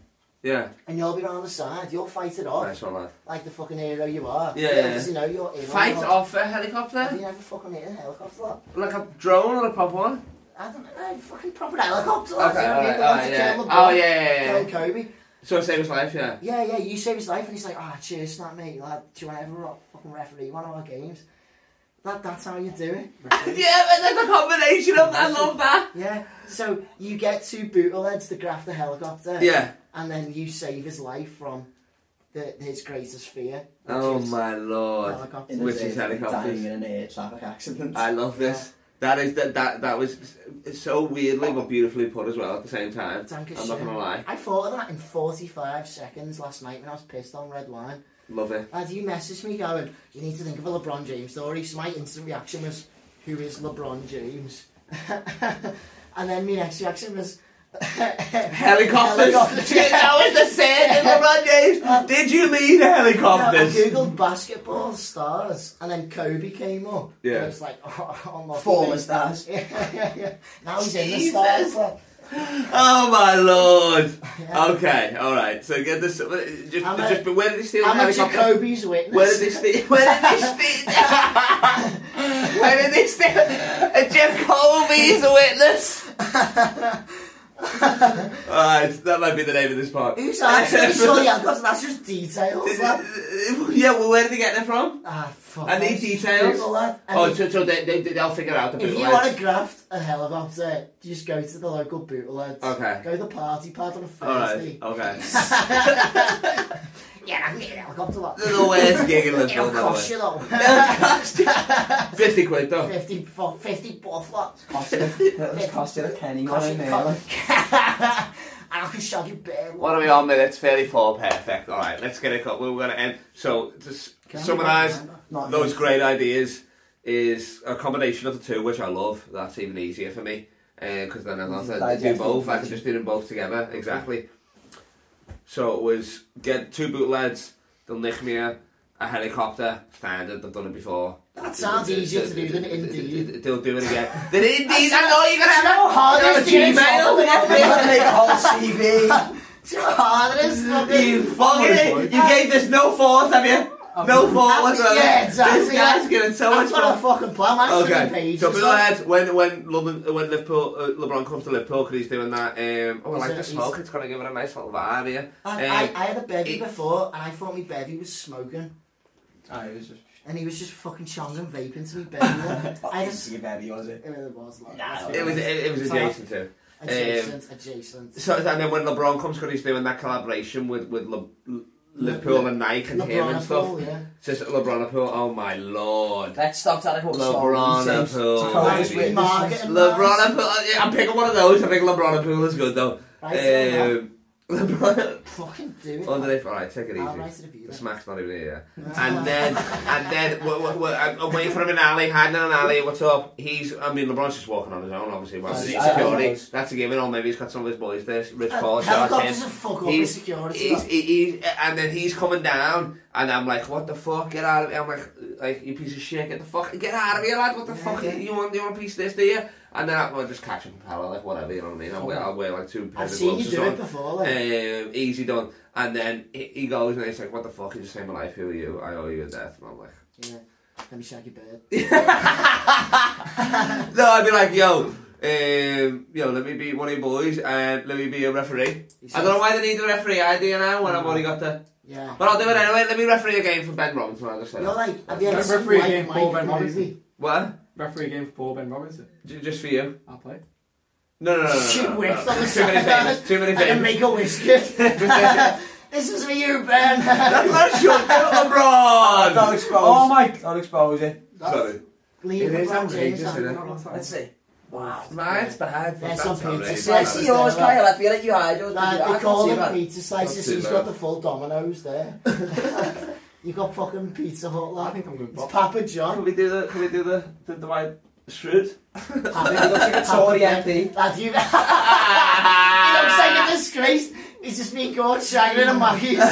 Speaker 1: Yeah.
Speaker 3: and you'll be round the side. You'll fight it off
Speaker 1: Nice one, lad.
Speaker 3: like the fucking hero you are.
Speaker 1: Yeah, yeah,
Speaker 3: Because you know you're in. on
Speaker 1: Fight
Speaker 3: the-
Speaker 1: off a
Speaker 3: Have
Speaker 1: helicopter?
Speaker 3: you never fucking hit a helicopter? lot?
Speaker 1: Like a drone or a proper one?
Speaker 3: I don't know. Fucking proper helicopter. lot,
Speaker 1: Okay,
Speaker 3: you know what I mean?
Speaker 1: alright,
Speaker 3: The ones that
Speaker 1: alright, yeah.
Speaker 3: kill
Speaker 1: Oh,
Speaker 3: LeBron,
Speaker 1: yeah, yeah,
Speaker 3: kill
Speaker 1: yeah.
Speaker 3: Kobe.
Speaker 1: So it saved his life, yeah.
Speaker 3: Yeah, yeah, you saved his life, and he's like, ah, cheers, not me. Like, do you want to ever ro- fucking referee one of our games? That, that's how you do it.
Speaker 1: Yeah, but that's a combination of I love that.
Speaker 3: Yeah. So you get two bootlegs to graft the helicopter.
Speaker 1: Yeah.
Speaker 3: And then you save his life from the, his greatest fear. which
Speaker 1: Oh
Speaker 3: is
Speaker 1: my lord.
Speaker 3: Helicopters.
Speaker 1: Which is helicopters.
Speaker 2: Dying in an air traffic accident.
Speaker 1: I love this. That is that that that was so weirdly but beautifully put as well at the same time.
Speaker 3: Dank as
Speaker 1: I'm not
Speaker 3: shit.
Speaker 1: gonna lie.
Speaker 3: I thought of that in 45 seconds last night when I was pissed on red wine.
Speaker 1: Love it.
Speaker 3: Lad, you messaged me going, you need to think of a LeBron James story. So my instant reaction was, who is LeBron James? and then my next reaction was,
Speaker 1: Helicopters.
Speaker 3: Helicopters.
Speaker 1: that was the same in LeBron James. Did you mean
Speaker 3: No, I
Speaker 1: helicopters?
Speaker 3: googled basketball stars, and then Kobe came up.
Speaker 1: Yeah.
Speaker 3: And I was like, oh, I'm not
Speaker 2: Former
Speaker 3: doing-
Speaker 2: stars.
Speaker 3: Yeah, yeah, yeah. Now he's in the
Speaker 1: Jesus.
Speaker 3: stars. Like,
Speaker 1: Oh my lord.
Speaker 3: Yeah.
Speaker 1: Okay, all right. So get this. uh, Just,
Speaker 3: I'm a-
Speaker 1: just. But where did he steal the
Speaker 3: I'm a
Speaker 1: helicopter?
Speaker 3: Jacoby's witness.
Speaker 1: Where did they steal? Where did they steal? where did they steal? A Jeff Colby's a witness. Alright, that might be the name of this part.
Speaker 3: Who's actually sorry? I've got that's just details. lad.
Speaker 1: uh, yeah, well, where did they get them from?
Speaker 3: Ah, fuck.
Speaker 1: I need
Speaker 3: that's
Speaker 1: details.
Speaker 3: Google that. I
Speaker 1: Oh,
Speaker 3: mean,
Speaker 1: so, so they, they, they'll figure out the
Speaker 3: if you
Speaker 1: bootlegs.
Speaker 3: want to graft a helicopter, just go to the local bootlegs.
Speaker 1: Okay.
Speaker 3: Go to the party pad on a Thursday.
Speaker 1: Alright, okay.
Speaker 3: Yeah, I can get a helicopter. Lot.
Speaker 1: the worst gig in Liverpool,
Speaker 3: It'll
Speaker 1: by
Speaker 3: cost
Speaker 1: the
Speaker 3: you though.
Speaker 1: way. 50 quid, though.
Speaker 3: 50, fu- 50 buff lot.
Speaker 2: Cost you, it cost you a penny
Speaker 3: Cost
Speaker 2: one
Speaker 3: you-
Speaker 2: nail.
Speaker 3: And I can shove you bare.
Speaker 1: What are we on minutes? 34, perfect. Alright, let's get it cut. We're going to end. So, to s- summarise
Speaker 2: Not
Speaker 1: those
Speaker 2: good.
Speaker 1: great ideas is a combination of the two, which I love. That's even easier for me. Because then I don't have to do
Speaker 2: Digest
Speaker 1: both. I can
Speaker 2: information.
Speaker 1: just do them both together. Exactly. So it was get two bootlegs, they'll nick me a, a helicopter. Standard, they've done it before.
Speaker 3: That sounds easier to do than Indeed.
Speaker 1: They'll do it again. Then Indeed, I know you're going to
Speaker 3: Do you know
Speaker 1: have
Speaker 3: how hard it is to get
Speaker 1: Gmail.
Speaker 3: someone?
Speaker 2: They gotta make a whole CV.
Speaker 3: Do you know how hard it Ah, is? fucking-
Speaker 1: You fucking, you gave this no thought, have you?
Speaker 2: Oh,
Speaker 1: No thought whatsoever.
Speaker 3: Yeah, exactly.
Speaker 1: This guy's getting so much
Speaker 3: That's not a
Speaker 1: fun.
Speaker 3: fucking plan. That's okay.
Speaker 1: Okay,
Speaker 3: page.
Speaker 1: so Bill when when London, when Liverpool, uh, LeBron comes to Liverpool because he's doing that. Um, oh, I
Speaker 3: He's
Speaker 1: like
Speaker 3: a-
Speaker 1: the smoke. It's gonna give it a nice little vibe here.
Speaker 3: I,
Speaker 1: Um,
Speaker 3: I, I had a bevy
Speaker 1: it-
Speaker 3: before, and I thought my bevy was smoking,
Speaker 4: Ah, it was just.
Speaker 3: and he was just fucking chonging vape into me bevy. I just,
Speaker 2: See if Eddie was it.
Speaker 3: it really was like.
Speaker 2: Nah,
Speaker 1: It was it, it was
Speaker 3: Sorry.
Speaker 1: adjacent to.
Speaker 3: adjacent, adjacent.
Speaker 1: So and then when LeBron comes because he's doing that collaboration with with Le, Le- Liverpool and Nike and him and
Speaker 3: LeBron
Speaker 1: stuff.
Speaker 3: Paul, yeah.
Speaker 1: Just LeBron Pool. Oh my lord.
Speaker 2: Let's stop that.
Speaker 1: LeBron and Poole.
Speaker 3: Nice
Speaker 1: Maybe.
Speaker 3: with Margaret and
Speaker 1: LeBron
Speaker 3: Nice.
Speaker 1: and Poole. Yeah, I'm picking one of those. I think LeBron and Poole is good though.
Speaker 3: Right, so now,
Speaker 1: Um, LeBron
Speaker 3: fucking do it.
Speaker 1: underneath. All right, take it
Speaker 3: I'll
Speaker 1: easy.
Speaker 3: write it if you
Speaker 1: The
Speaker 3: like.
Speaker 1: smack's not even here. And then, and then, we're, we're, we're, I'm uh, I'm waiting for him in alley, hiding in an alley. What's up? He's, I mean, LeBron's just walking on his own, obviously. But
Speaker 2: I-
Speaker 1: he's
Speaker 2: I- I
Speaker 1: security.
Speaker 2: suppose.
Speaker 1: That's a given. Or maybe he's got some of his boys there. Rich
Speaker 3: Uh,
Speaker 1: Paul, shout him.
Speaker 3: Helicopters are fuck up with
Speaker 1: He's-
Speaker 3: security.
Speaker 1: He's,
Speaker 3: like,
Speaker 1: he, he, and then he's coming down, and I'm like, "What the fuck? Get out of here!" I'm like, "Like you piece of shit, get the fuck, get out of here, lad! What the
Speaker 3: Yeah,
Speaker 1: fuck?
Speaker 3: yeah.
Speaker 1: You want, you want a piece of this, do you?" And then I, I just catch him, pal, like whatever, you know what I mean? I'll wear, I'll wear like two
Speaker 3: I've
Speaker 1: pairs of
Speaker 3: seen
Speaker 1: gloves
Speaker 3: you
Speaker 1: or
Speaker 3: do it
Speaker 1: something.
Speaker 3: before. Like,
Speaker 1: Um, easy done. And then he, he goes, and he's like, "What the fuck? You just saved my life. Who are you? I owe you a death." And I'm like.
Speaker 3: yeah. Let me shag your bird.
Speaker 1: No, I'd be like, yo, um, yo, let me be one of your boys and let me be a referee. I don't know why they need a referee idea now when I've already got the.
Speaker 3: Yeah.
Speaker 1: But I'll do it anyway. Let me referee a game for Ben Robinson. I'll just say
Speaker 3: You're
Speaker 1: that.
Speaker 3: like, have you ever
Speaker 4: Remember
Speaker 3: seen
Speaker 4: free
Speaker 3: Mike,
Speaker 4: game ball
Speaker 3: Mike
Speaker 4: Ben
Speaker 3: Murphy?
Speaker 1: What?
Speaker 4: Referee game for Paul Ben Robinson.
Speaker 1: J- just for you?
Speaker 4: I'll play.
Speaker 1: No, no, no, no. no,
Speaker 3: She
Speaker 1: no, no.
Speaker 3: whiffed on the
Speaker 1: Too many
Speaker 3: side.
Speaker 1: things. Too many
Speaker 3: I can
Speaker 1: things.
Speaker 3: make a wish This is for you, Ben.
Speaker 1: That's not a shot,
Speaker 2: Oh,
Speaker 1: LeBron.
Speaker 2: don't expose.
Speaker 4: Oh my-
Speaker 2: Don't expose it.
Speaker 1: Sorry.
Speaker 3: Leave
Speaker 2: It is
Speaker 3: LeBron
Speaker 2: outrageous,
Speaker 3: James out.
Speaker 1: isn't it?
Speaker 2: Let's see. Wow.
Speaker 1: Mine's bad. but
Speaker 3: There's
Speaker 1: That's
Speaker 3: some people
Speaker 1: outrageous.
Speaker 3: say-
Speaker 2: I
Speaker 1: That's
Speaker 2: see
Speaker 1: outrageous.
Speaker 2: yours, Kyle. I feel like you hide yours. but you- I
Speaker 3: Like, they
Speaker 2: can't
Speaker 3: call
Speaker 2: see
Speaker 3: him
Speaker 2: mine.
Speaker 3: pizza slices,
Speaker 1: Not too
Speaker 3: he's
Speaker 1: bad.
Speaker 3: got the full dominoes there. you got fucking Pizza Hut,
Speaker 4: I
Speaker 3: like.
Speaker 4: think I'm going
Speaker 3: It's
Speaker 4: to
Speaker 3: Papa
Speaker 1: Can
Speaker 3: John.
Speaker 1: we do the? Can we do the? The Dwight Schrute?
Speaker 2: He looks like a Tory MP.
Speaker 3: Lad, you... he looks like a disgrace. He's just been caught shining a Maggie's.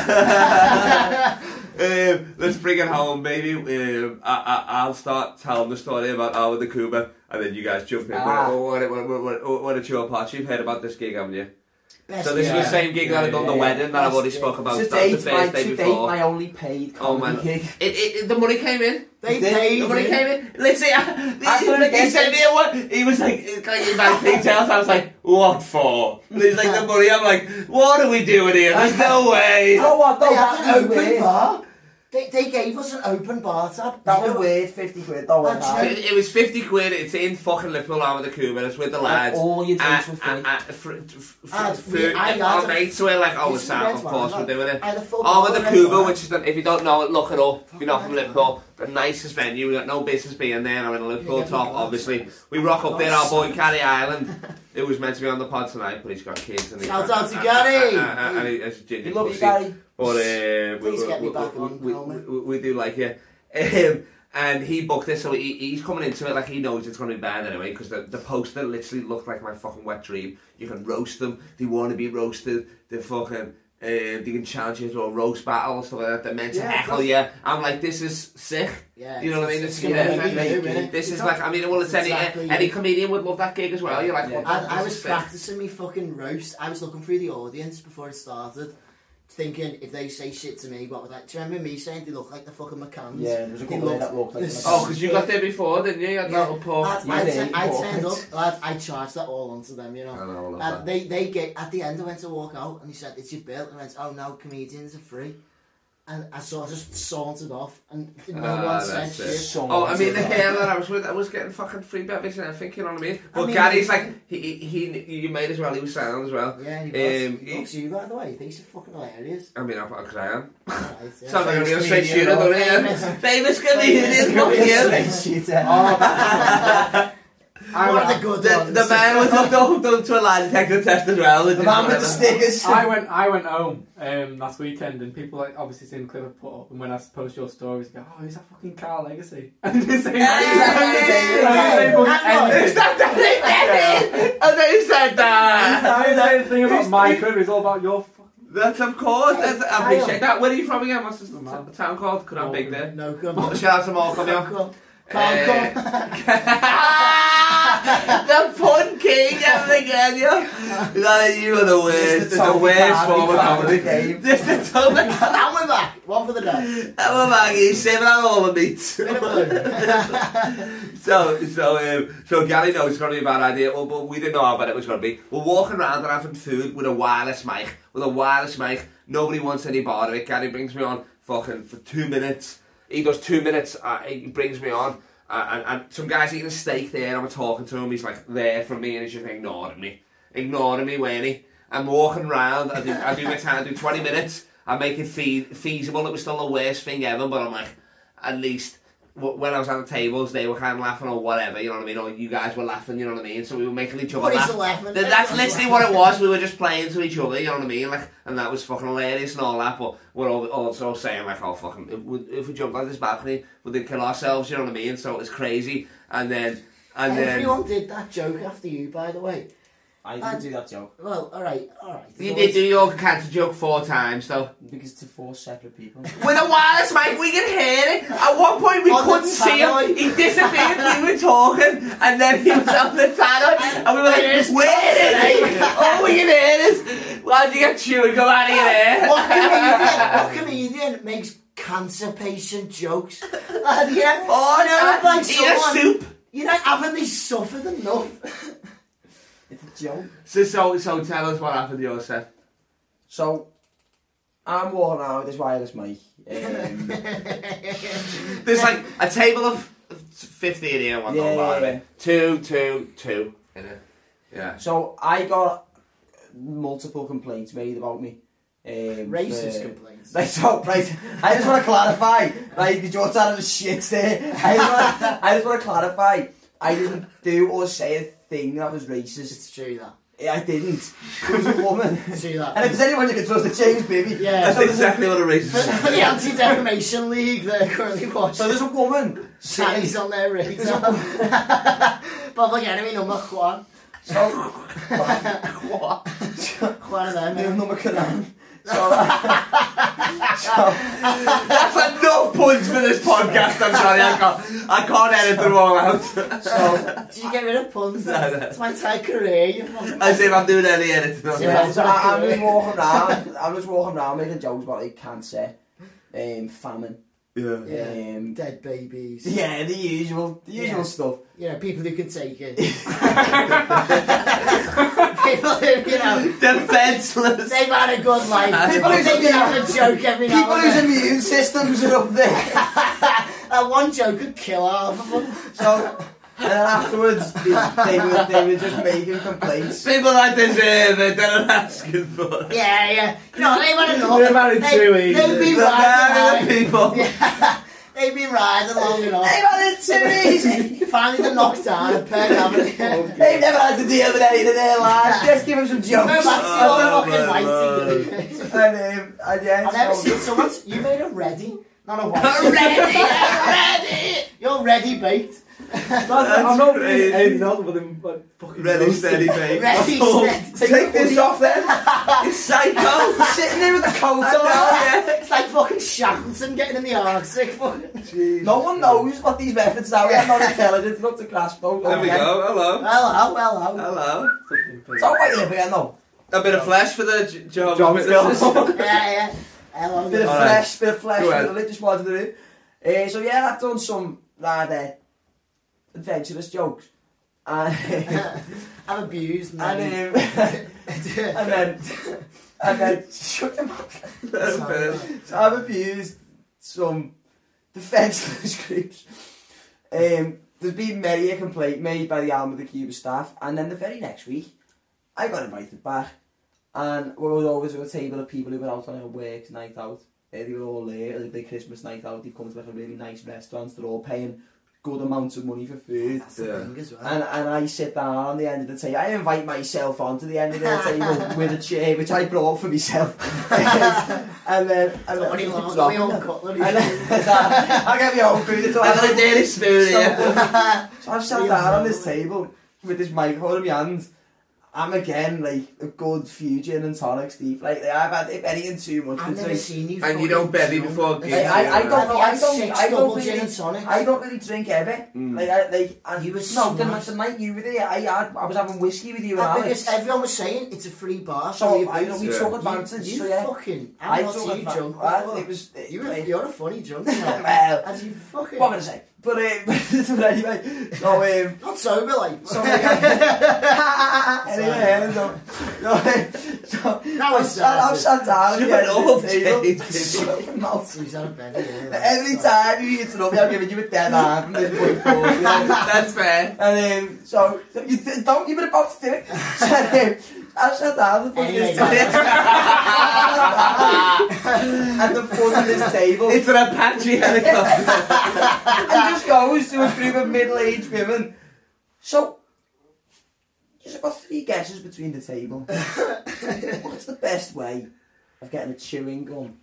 Speaker 1: Um, let's bring it home, baby. Um, I, I, I'll start telling the story about Howard the Cuba, and then you guys jump in.
Speaker 2: Ah.
Speaker 1: What, what, what, what, what, what a chill part. You've heard about this gig, haven't you?
Speaker 3: Best
Speaker 1: So this
Speaker 2: Yeah.
Speaker 1: was the same gig that I'd done the
Speaker 2: Yeah.
Speaker 1: wedding that I've already
Speaker 3: Yeah.
Speaker 1: spoke about.
Speaker 2: To
Speaker 1: That's
Speaker 2: date,
Speaker 1: the
Speaker 2: my,
Speaker 1: first day
Speaker 2: to date,
Speaker 1: before.
Speaker 2: my only paid
Speaker 1: Oh, man.
Speaker 2: comedy gig.
Speaker 1: It, it, the money came in.
Speaker 3: They
Speaker 2: Did-
Speaker 3: paid
Speaker 1: The money
Speaker 3: him.
Speaker 1: came in. Listen,
Speaker 2: I couldn't
Speaker 1: I, he
Speaker 2: guess
Speaker 1: sent me a one. He was like, "Can I get back details?" I was like, "What for?" And he's like, "The money." I'm like, "What are we doing here?" There's no way.
Speaker 2: Oh, what?
Speaker 3: They
Speaker 2: No,
Speaker 3: had an
Speaker 2: that was
Speaker 3: open
Speaker 2: weird.
Speaker 3: bar. They, they gave us an open bar tab.
Speaker 2: That
Speaker 3: You
Speaker 2: was
Speaker 3: know-
Speaker 2: weird. 50 quid. Don't worry about it.
Speaker 1: It, it was 50 quid, it's in fucking Liverpool Arm with the Cuba, it's with the lads.
Speaker 2: All your
Speaker 1: And-
Speaker 2: drinks were free.
Speaker 1: and- and fr- f- f-
Speaker 3: Ah,
Speaker 1: food-
Speaker 3: I
Speaker 1: and
Speaker 3: got
Speaker 1: All
Speaker 3: a-
Speaker 1: night, so we're like, oh, we're
Speaker 3: This is the
Speaker 1: sound,
Speaker 3: red
Speaker 1: of
Speaker 3: one,
Speaker 1: course we're
Speaker 3: look.
Speaker 1: doing it.
Speaker 3: I had a full
Speaker 1: Arm Oh, with
Speaker 3: bar
Speaker 1: the
Speaker 3: red
Speaker 1: Cuba,
Speaker 3: bar.
Speaker 1: which is, if you don't know it, look it up. If you're not
Speaker 3: Fucking
Speaker 1: from
Speaker 3: red
Speaker 1: Liverpool, the nicest venue, we got no business being there, I'm in a Liverpool
Speaker 3: Yeah,
Speaker 1: top,
Speaker 3: yeah.
Speaker 1: obviously. We rock up there, our boy Gary Island, who was meant to be on the pod tonight, but he's got kids. And he's
Speaker 3: Shout
Speaker 1: got-
Speaker 3: out to
Speaker 1: and-
Speaker 3: Gary.
Speaker 1: And, and, and he- he's a ginger
Speaker 2: We love you,
Speaker 1: pussy.
Speaker 2: Gary.
Speaker 1: But uh, we,
Speaker 3: Please get
Speaker 1: we,
Speaker 3: me back
Speaker 1: we,
Speaker 3: on,
Speaker 1: we,
Speaker 3: Colin.
Speaker 1: we, we do like you. Um, and he booked it, so he, he's coming into it like he knows it's going to be bad anyway, because the, the poster literally looked like my fucking wet dream. You can roast them, they want to be roasted, they're fucking. Uh, they can challenge you to a roast battle, stuff like that. They're meant to
Speaker 4: Yeah,
Speaker 1: heckle you. I'm like, this is sick.
Speaker 3: Yeah,
Speaker 1: you know what I mean?
Speaker 3: it's-
Speaker 1: This is
Speaker 3: it's gonna
Speaker 1: perfect.
Speaker 3: be me, really.
Speaker 1: This is
Speaker 3: It's
Speaker 1: like, I mean, well, it's
Speaker 3: exactly-
Speaker 1: any any comedian would love that gig as well. You're like,
Speaker 2: Yeah.
Speaker 1: what the
Speaker 3: I,
Speaker 1: fuck
Speaker 3: I
Speaker 1: is
Speaker 3: was
Speaker 1: this?
Speaker 3: practicing me fucking roast. I was looking through the audience before it started, thinking if they say shit to me, what would I? Do you remember me saying they look like the fucking McCanns?
Speaker 5: Yeah, there was a
Speaker 3: They
Speaker 5: couple there
Speaker 3: looked-
Speaker 5: that looked like
Speaker 3: this-
Speaker 5: them.
Speaker 1: Oh, because you got there before, didn't you? You had
Speaker 3: Yeah.
Speaker 1: that little pork.
Speaker 3: I, I,
Speaker 5: Yeah,
Speaker 3: turn-
Speaker 5: you
Speaker 3: I
Speaker 5: walk.
Speaker 3: turned up, lad, I charged that all onto them, you know.
Speaker 6: I know, I
Speaker 1: Oh,
Speaker 6: love
Speaker 3: And
Speaker 6: that.
Speaker 3: they, they get at the end. I went to walk out, and he said, "It's your bill." And I went, "Oh no, comedians are free." And I sort of just sauntered off, and no
Speaker 1: Ah,
Speaker 3: one said
Speaker 1: that's it.
Speaker 3: shit.
Speaker 5: So
Speaker 1: Oh, I mean, the
Speaker 5: much.
Speaker 1: girl that I was with, I was getting fucking free beverage and everything, you know what I mean? But
Speaker 3: mean-
Speaker 1: Gary's like, he, he, he, you made as well, he was sound as well.
Speaker 3: Yeah, and he
Speaker 1: Um,
Speaker 3: um,
Speaker 1: he-
Speaker 3: looks you by the way. He thinks you're fucking hilarious.
Speaker 1: I mean, I'm because I am.
Speaker 3: Right, yeah.
Speaker 1: Sounds like a real
Speaker 5: Famous
Speaker 1: straight
Speaker 5: comedian,
Speaker 1: shooter, don't
Speaker 3: famous-
Speaker 1: I? Famous comedian, fuck you.
Speaker 2: Oh,
Speaker 4: I
Speaker 3: One of
Speaker 4: went,
Speaker 3: the good
Speaker 1: The,
Speaker 3: ones.
Speaker 1: the man was hooked up, hooked up to a lie detector test as well.
Speaker 5: The man with the stickers.
Speaker 4: I went, I went home um, last weekend, and people like obviously seen the clip I put up, and when I post your stories, they go, "Oh, is that fucking Carl Legacy?" And they say,
Speaker 1: Hey!
Speaker 4: and they say fucking
Speaker 3: Hang on.
Speaker 4: anything.
Speaker 1: Is that the thing? And they said that.
Speaker 4: And they say the thing about my career is all about your fucking.
Speaker 1: That's of course. That's, I appreciate
Speaker 4: Kyle.
Speaker 1: that. Where are you from again? What's this
Speaker 4: Malcolm.
Speaker 1: t- town called? Could I big there?
Speaker 3: No come.
Speaker 1: Shout out to Malcolm.
Speaker 3: Come,
Speaker 1: yeah.
Speaker 3: come.
Speaker 1: Eh,
Speaker 3: Come, come.
Speaker 1: the pun king and again, yeah. Like, you are the worst.
Speaker 5: Just the
Speaker 1: The,
Speaker 5: Tommy
Speaker 1: worst
Speaker 5: Carvey
Speaker 1: form of
Speaker 5: part of
Speaker 1: comedy.
Speaker 5: the game.
Speaker 1: Just the Tommy.
Speaker 3: And we're back. One for the day.
Speaker 1: I'm a baggy seven and all the meat.
Speaker 3: Bit of blue.
Speaker 1: So, so, um, so Gary knows it's going to be a bad idea, well, but we didn't know how bad it was going to be. We're walking around and having food with a wireless mic, with a wireless mic. Nobody wants any part of it. Gary brings me on fucking for two minutes. He does two minutes. Uh, he brings me on, uh, and, and some guys eating a steak there. and I'm talking to him. He's like there for me, and he's just ignoring me, ignoring me, weren't he? I'm walking around. I do, I do my time. I do twenty minutes. I make it fee- feasible. It was still the worst thing ever, but I'm like, at least wh- when I was at the tables, they were kind of laughing or whatever, you know what I mean? Or you guys were laughing, you know what I mean? So we were making each other
Speaker 3: But he's
Speaker 1: laugh.
Speaker 3: a laughing.
Speaker 1: Th- that's literally what it was. We were just playing to each other, you know what I mean? Like, and that was fucking hilarious and all that. But we're all also saying like, oh fucking, if we, if we jumped out this balcony, we'd then kill ourselves, you know what I mean? So it's crazy. And then, and then
Speaker 3: Everyone did that joke after you, by the way.
Speaker 2: I didn't do that joke
Speaker 3: Well, all right, all right.
Speaker 1: you did do your cancer joke four times though.
Speaker 2: because to four separate people.
Speaker 1: With a wireless mic, we could hear it. At one point, we
Speaker 3: On the
Speaker 1: couldn't see him.
Speaker 3: tannoy.
Speaker 1: He disappeared. we were talking, and then he was on the tannoy, and we were like, "Where is he? Oh, we can hear this. Why'd you get chewing gum out of your hair?"
Speaker 3: What comedian, what comedian makes cancer patient jokes? Lad, you know,
Speaker 1: Oh
Speaker 3: you know,
Speaker 1: no!
Speaker 3: if, like
Speaker 1: Eat a
Speaker 3: someone,
Speaker 1: soup.
Speaker 3: you know, haven't they suffered enough?
Speaker 2: It's a joke.
Speaker 1: So, so, so, tell us what happened to your set.
Speaker 2: So I'm walking around with this wireless mic. Um,
Speaker 1: There's like a table of of fifty in here. One
Speaker 2: Yeah,
Speaker 1: yeah,
Speaker 2: yeah, yeah.
Speaker 1: Two, two, two. In it. Yeah.
Speaker 2: so I got multiple complaints made about me. Um,
Speaker 3: Racist
Speaker 2: for-
Speaker 3: complaints.
Speaker 2: Right, so, right, I just want to clarify, right, because you're out of the shit there. I just, want, I just want to clarify, I didn't do or say a thing that was racist.
Speaker 3: It's true that.
Speaker 2: I didn't. It was a woman.
Speaker 3: It's true that.
Speaker 2: And if there's anyone you can trust, it's James, baby.
Speaker 3: Yeah.
Speaker 1: That's exactly what a
Speaker 3: for,
Speaker 1: racist.
Speaker 3: for the Anti Defamation League, they're currently
Speaker 2: So
Speaker 3: watching.
Speaker 2: there's a woman.
Speaker 3: Shanny's on their radar. Public enemy number one.
Speaker 2: So,
Speaker 3: One of them.
Speaker 2: I have
Speaker 3: yeah.
Speaker 2: number Quran. So, so,
Speaker 1: That's enough points for this podcast. I'm sorry, I can't, I can't edit them all out.
Speaker 2: so,
Speaker 3: Did you get rid of puns? It's my entire career, you fucking.
Speaker 1: As if I'm doing any editing. on
Speaker 3: Yeah.
Speaker 1: it.
Speaker 2: yeah, so I, I'm just walking around, I'm just walking around making jokes about like cancer, um, famine,
Speaker 1: Yeah.
Speaker 3: Yeah.
Speaker 2: um,
Speaker 3: Dead babies.
Speaker 2: yeah, the usual, the usual
Speaker 3: Yeah.
Speaker 2: stuff.
Speaker 3: You know, people who can take it. people who, you know,
Speaker 1: Defenseless.
Speaker 3: they've had a good life.
Speaker 2: People who's
Speaker 3: they can
Speaker 2: in the
Speaker 3: have a joke every now
Speaker 2: people
Speaker 3: and
Speaker 2: whose
Speaker 3: then.
Speaker 2: immune systems are up there.
Speaker 3: That one joke could kill half of them.
Speaker 2: So, and then afterwards, they, they were they were just making complaints.
Speaker 1: People that deserve it, they're not asking for it.
Speaker 3: Yeah, yeah. No, they've had enough.
Speaker 4: They've had it
Speaker 3: They-
Speaker 4: too easy.
Speaker 3: They've been
Speaker 1: The very
Speaker 3: riding.
Speaker 1: people.
Speaker 3: Yeah. They've been riding long enough.
Speaker 2: had it too easy.
Speaker 3: Finally, they're knocked down a peg, haven't they? Go
Speaker 2: They've never had to deal with anything in their lives. Just give them some
Speaker 3: back
Speaker 2: jokes.
Speaker 3: to
Speaker 1: Oh,
Speaker 3: your fucking
Speaker 1: my
Speaker 3: whitey.
Speaker 2: And, um, and yeah,
Speaker 3: I've never
Speaker 2: so-
Speaker 3: seen someone. You made a ready, not a
Speaker 1: A
Speaker 3: white.
Speaker 1: ready,
Speaker 3: You're ready baked.
Speaker 4: I'm not
Speaker 1: crazy.
Speaker 4: being anything else but them like fucking.
Speaker 1: Ready,
Speaker 4: roasting.
Speaker 1: steady, babe.
Speaker 3: Ready, steady.
Speaker 2: Take this off then.
Speaker 1: You psycho.
Speaker 2: Sitting there with the coat
Speaker 1: I
Speaker 2: on.
Speaker 1: know, yeah.
Speaker 3: It's like fucking Shackleton getting in the Arctic. Fucking.
Speaker 2: No one knows what these methods are. We're not intelligent enough to grasp those.
Speaker 1: There we go. Hello.
Speaker 3: Hello, hello.
Speaker 1: Hello.
Speaker 4: Something for
Speaker 2: So wait a minute, no.
Speaker 1: A bit of flesh for the Je- Jehovah's
Speaker 7: John
Speaker 1: Witnesses.
Speaker 7: Phil.
Speaker 3: yeah, yeah. How long
Speaker 2: bit of
Speaker 1: All right.
Speaker 2: flesh, bit of flesh
Speaker 1: Go
Speaker 2: for
Speaker 1: ahead.
Speaker 2: the religious part of the room. Uh, so yeah, I've done some rather adventurous jokes. And,
Speaker 3: I'm abused, man.
Speaker 2: and, um, and then and then shut him up. So I've abused some defenceless groups. Um, there's been many a complaint made by the Alma the Cuba staff, and then the very next week, I got invited back, and we were over to a table of people who were out on a work night out. Eh, They were all there, it was a big Christmas night out. They've come to like a really nice restaurant. They're all paying good amounts of money for food.
Speaker 3: That's the
Speaker 1: Yeah.
Speaker 3: thing as well.
Speaker 2: And, and I sit down on the end of the table. I invite myself onto the end of the table with a chair, which I brought for myself. and then and
Speaker 3: Don't worry,
Speaker 2: then-
Speaker 3: love, I'll get my own cutlery.
Speaker 2: And then- I'll get my own food. It's all
Speaker 1: I've got a
Speaker 2: right.
Speaker 1: daily spoon here.
Speaker 2: So I've sat down on this table with this microphone in my hand. I'm again like a good few gin and tonics deep. Like I've had if anything too much. to
Speaker 3: I've never
Speaker 2: drink.
Speaker 3: seen you.
Speaker 1: And you don't
Speaker 3: fucking
Speaker 1: belly
Speaker 3: drunk.
Speaker 1: before
Speaker 2: Like,
Speaker 1: gigs.
Speaker 2: I, I
Speaker 1: Yeah.
Speaker 2: don't know. I
Speaker 3: Six
Speaker 2: don't. I
Speaker 3: double
Speaker 2: don't
Speaker 3: gin and
Speaker 2: really.
Speaker 3: tonics.
Speaker 2: I don't really drink ever.
Speaker 1: Mm.
Speaker 2: Like I like. And
Speaker 3: You was
Speaker 2: no. The,
Speaker 3: smashed.
Speaker 2: the night you were there, I had, I was having whiskey with you and
Speaker 3: Uh,
Speaker 2: Alex.
Speaker 3: because everyone was saying it's a free bar.
Speaker 2: So
Speaker 3: you
Speaker 2: I know we
Speaker 1: Yeah.
Speaker 2: took
Speaker 3: you,
Speaker 2: advantage.
Speaker 3: you
Speaker 2: so yeah,
Speaker 3: fucking.
Speaker 2: I
Speaker 3: I've not
Speaker 2: took
Speaker 3: seen you
Speaker 2: advantage.
Speaker 3: drunk.
Speaker 2: Well,
Speaker 3: before.
Speaker 2: it was. It,
Speaker 3: You were,
Speaker 2: like,
Speaker 3: you're a funny drunk man.
Speaker 2: well,
Speaker 3: As you fucking.
Speaker 2: what am I gonna say? But, um, but anyway, so um,
Speaker 3: Not sober, like.
Speaker 2: so anyway, so, no, um, so
Speaker 3: Now
Speaker 2: I'm,
Speaker 3: it's
Speaker 2: sat, I'm
Speaker 3: sad.
Speaker 2: sat down
Speaker 1: Shut
Speaker 2: again at
Speaker 1: up,
Speaker 2: the table.
Speaker 1: James.
Speaker 2: Fucking mouth.
Speaker 3: He's out of bed. yeah,
Speaker 2: But Every
Speaker 3: that's-
Speaker 2: time you interrupt me, I'm giving you a dead eye from this point forward. you know?
Speaker 1: That's fair.
Speaker 2: And um, so, so you th- don't give it a box to it. So, um, I sat down the foot of this
Speaker 3: Anyway.
Speaker 2: at the foot of this table
Speaker 1: It's an Apache helicopter.
Speaker 2: and just goes to a group of middle-aged women. So, you've got three guesses between the table. What's the best way of getting a chewing gum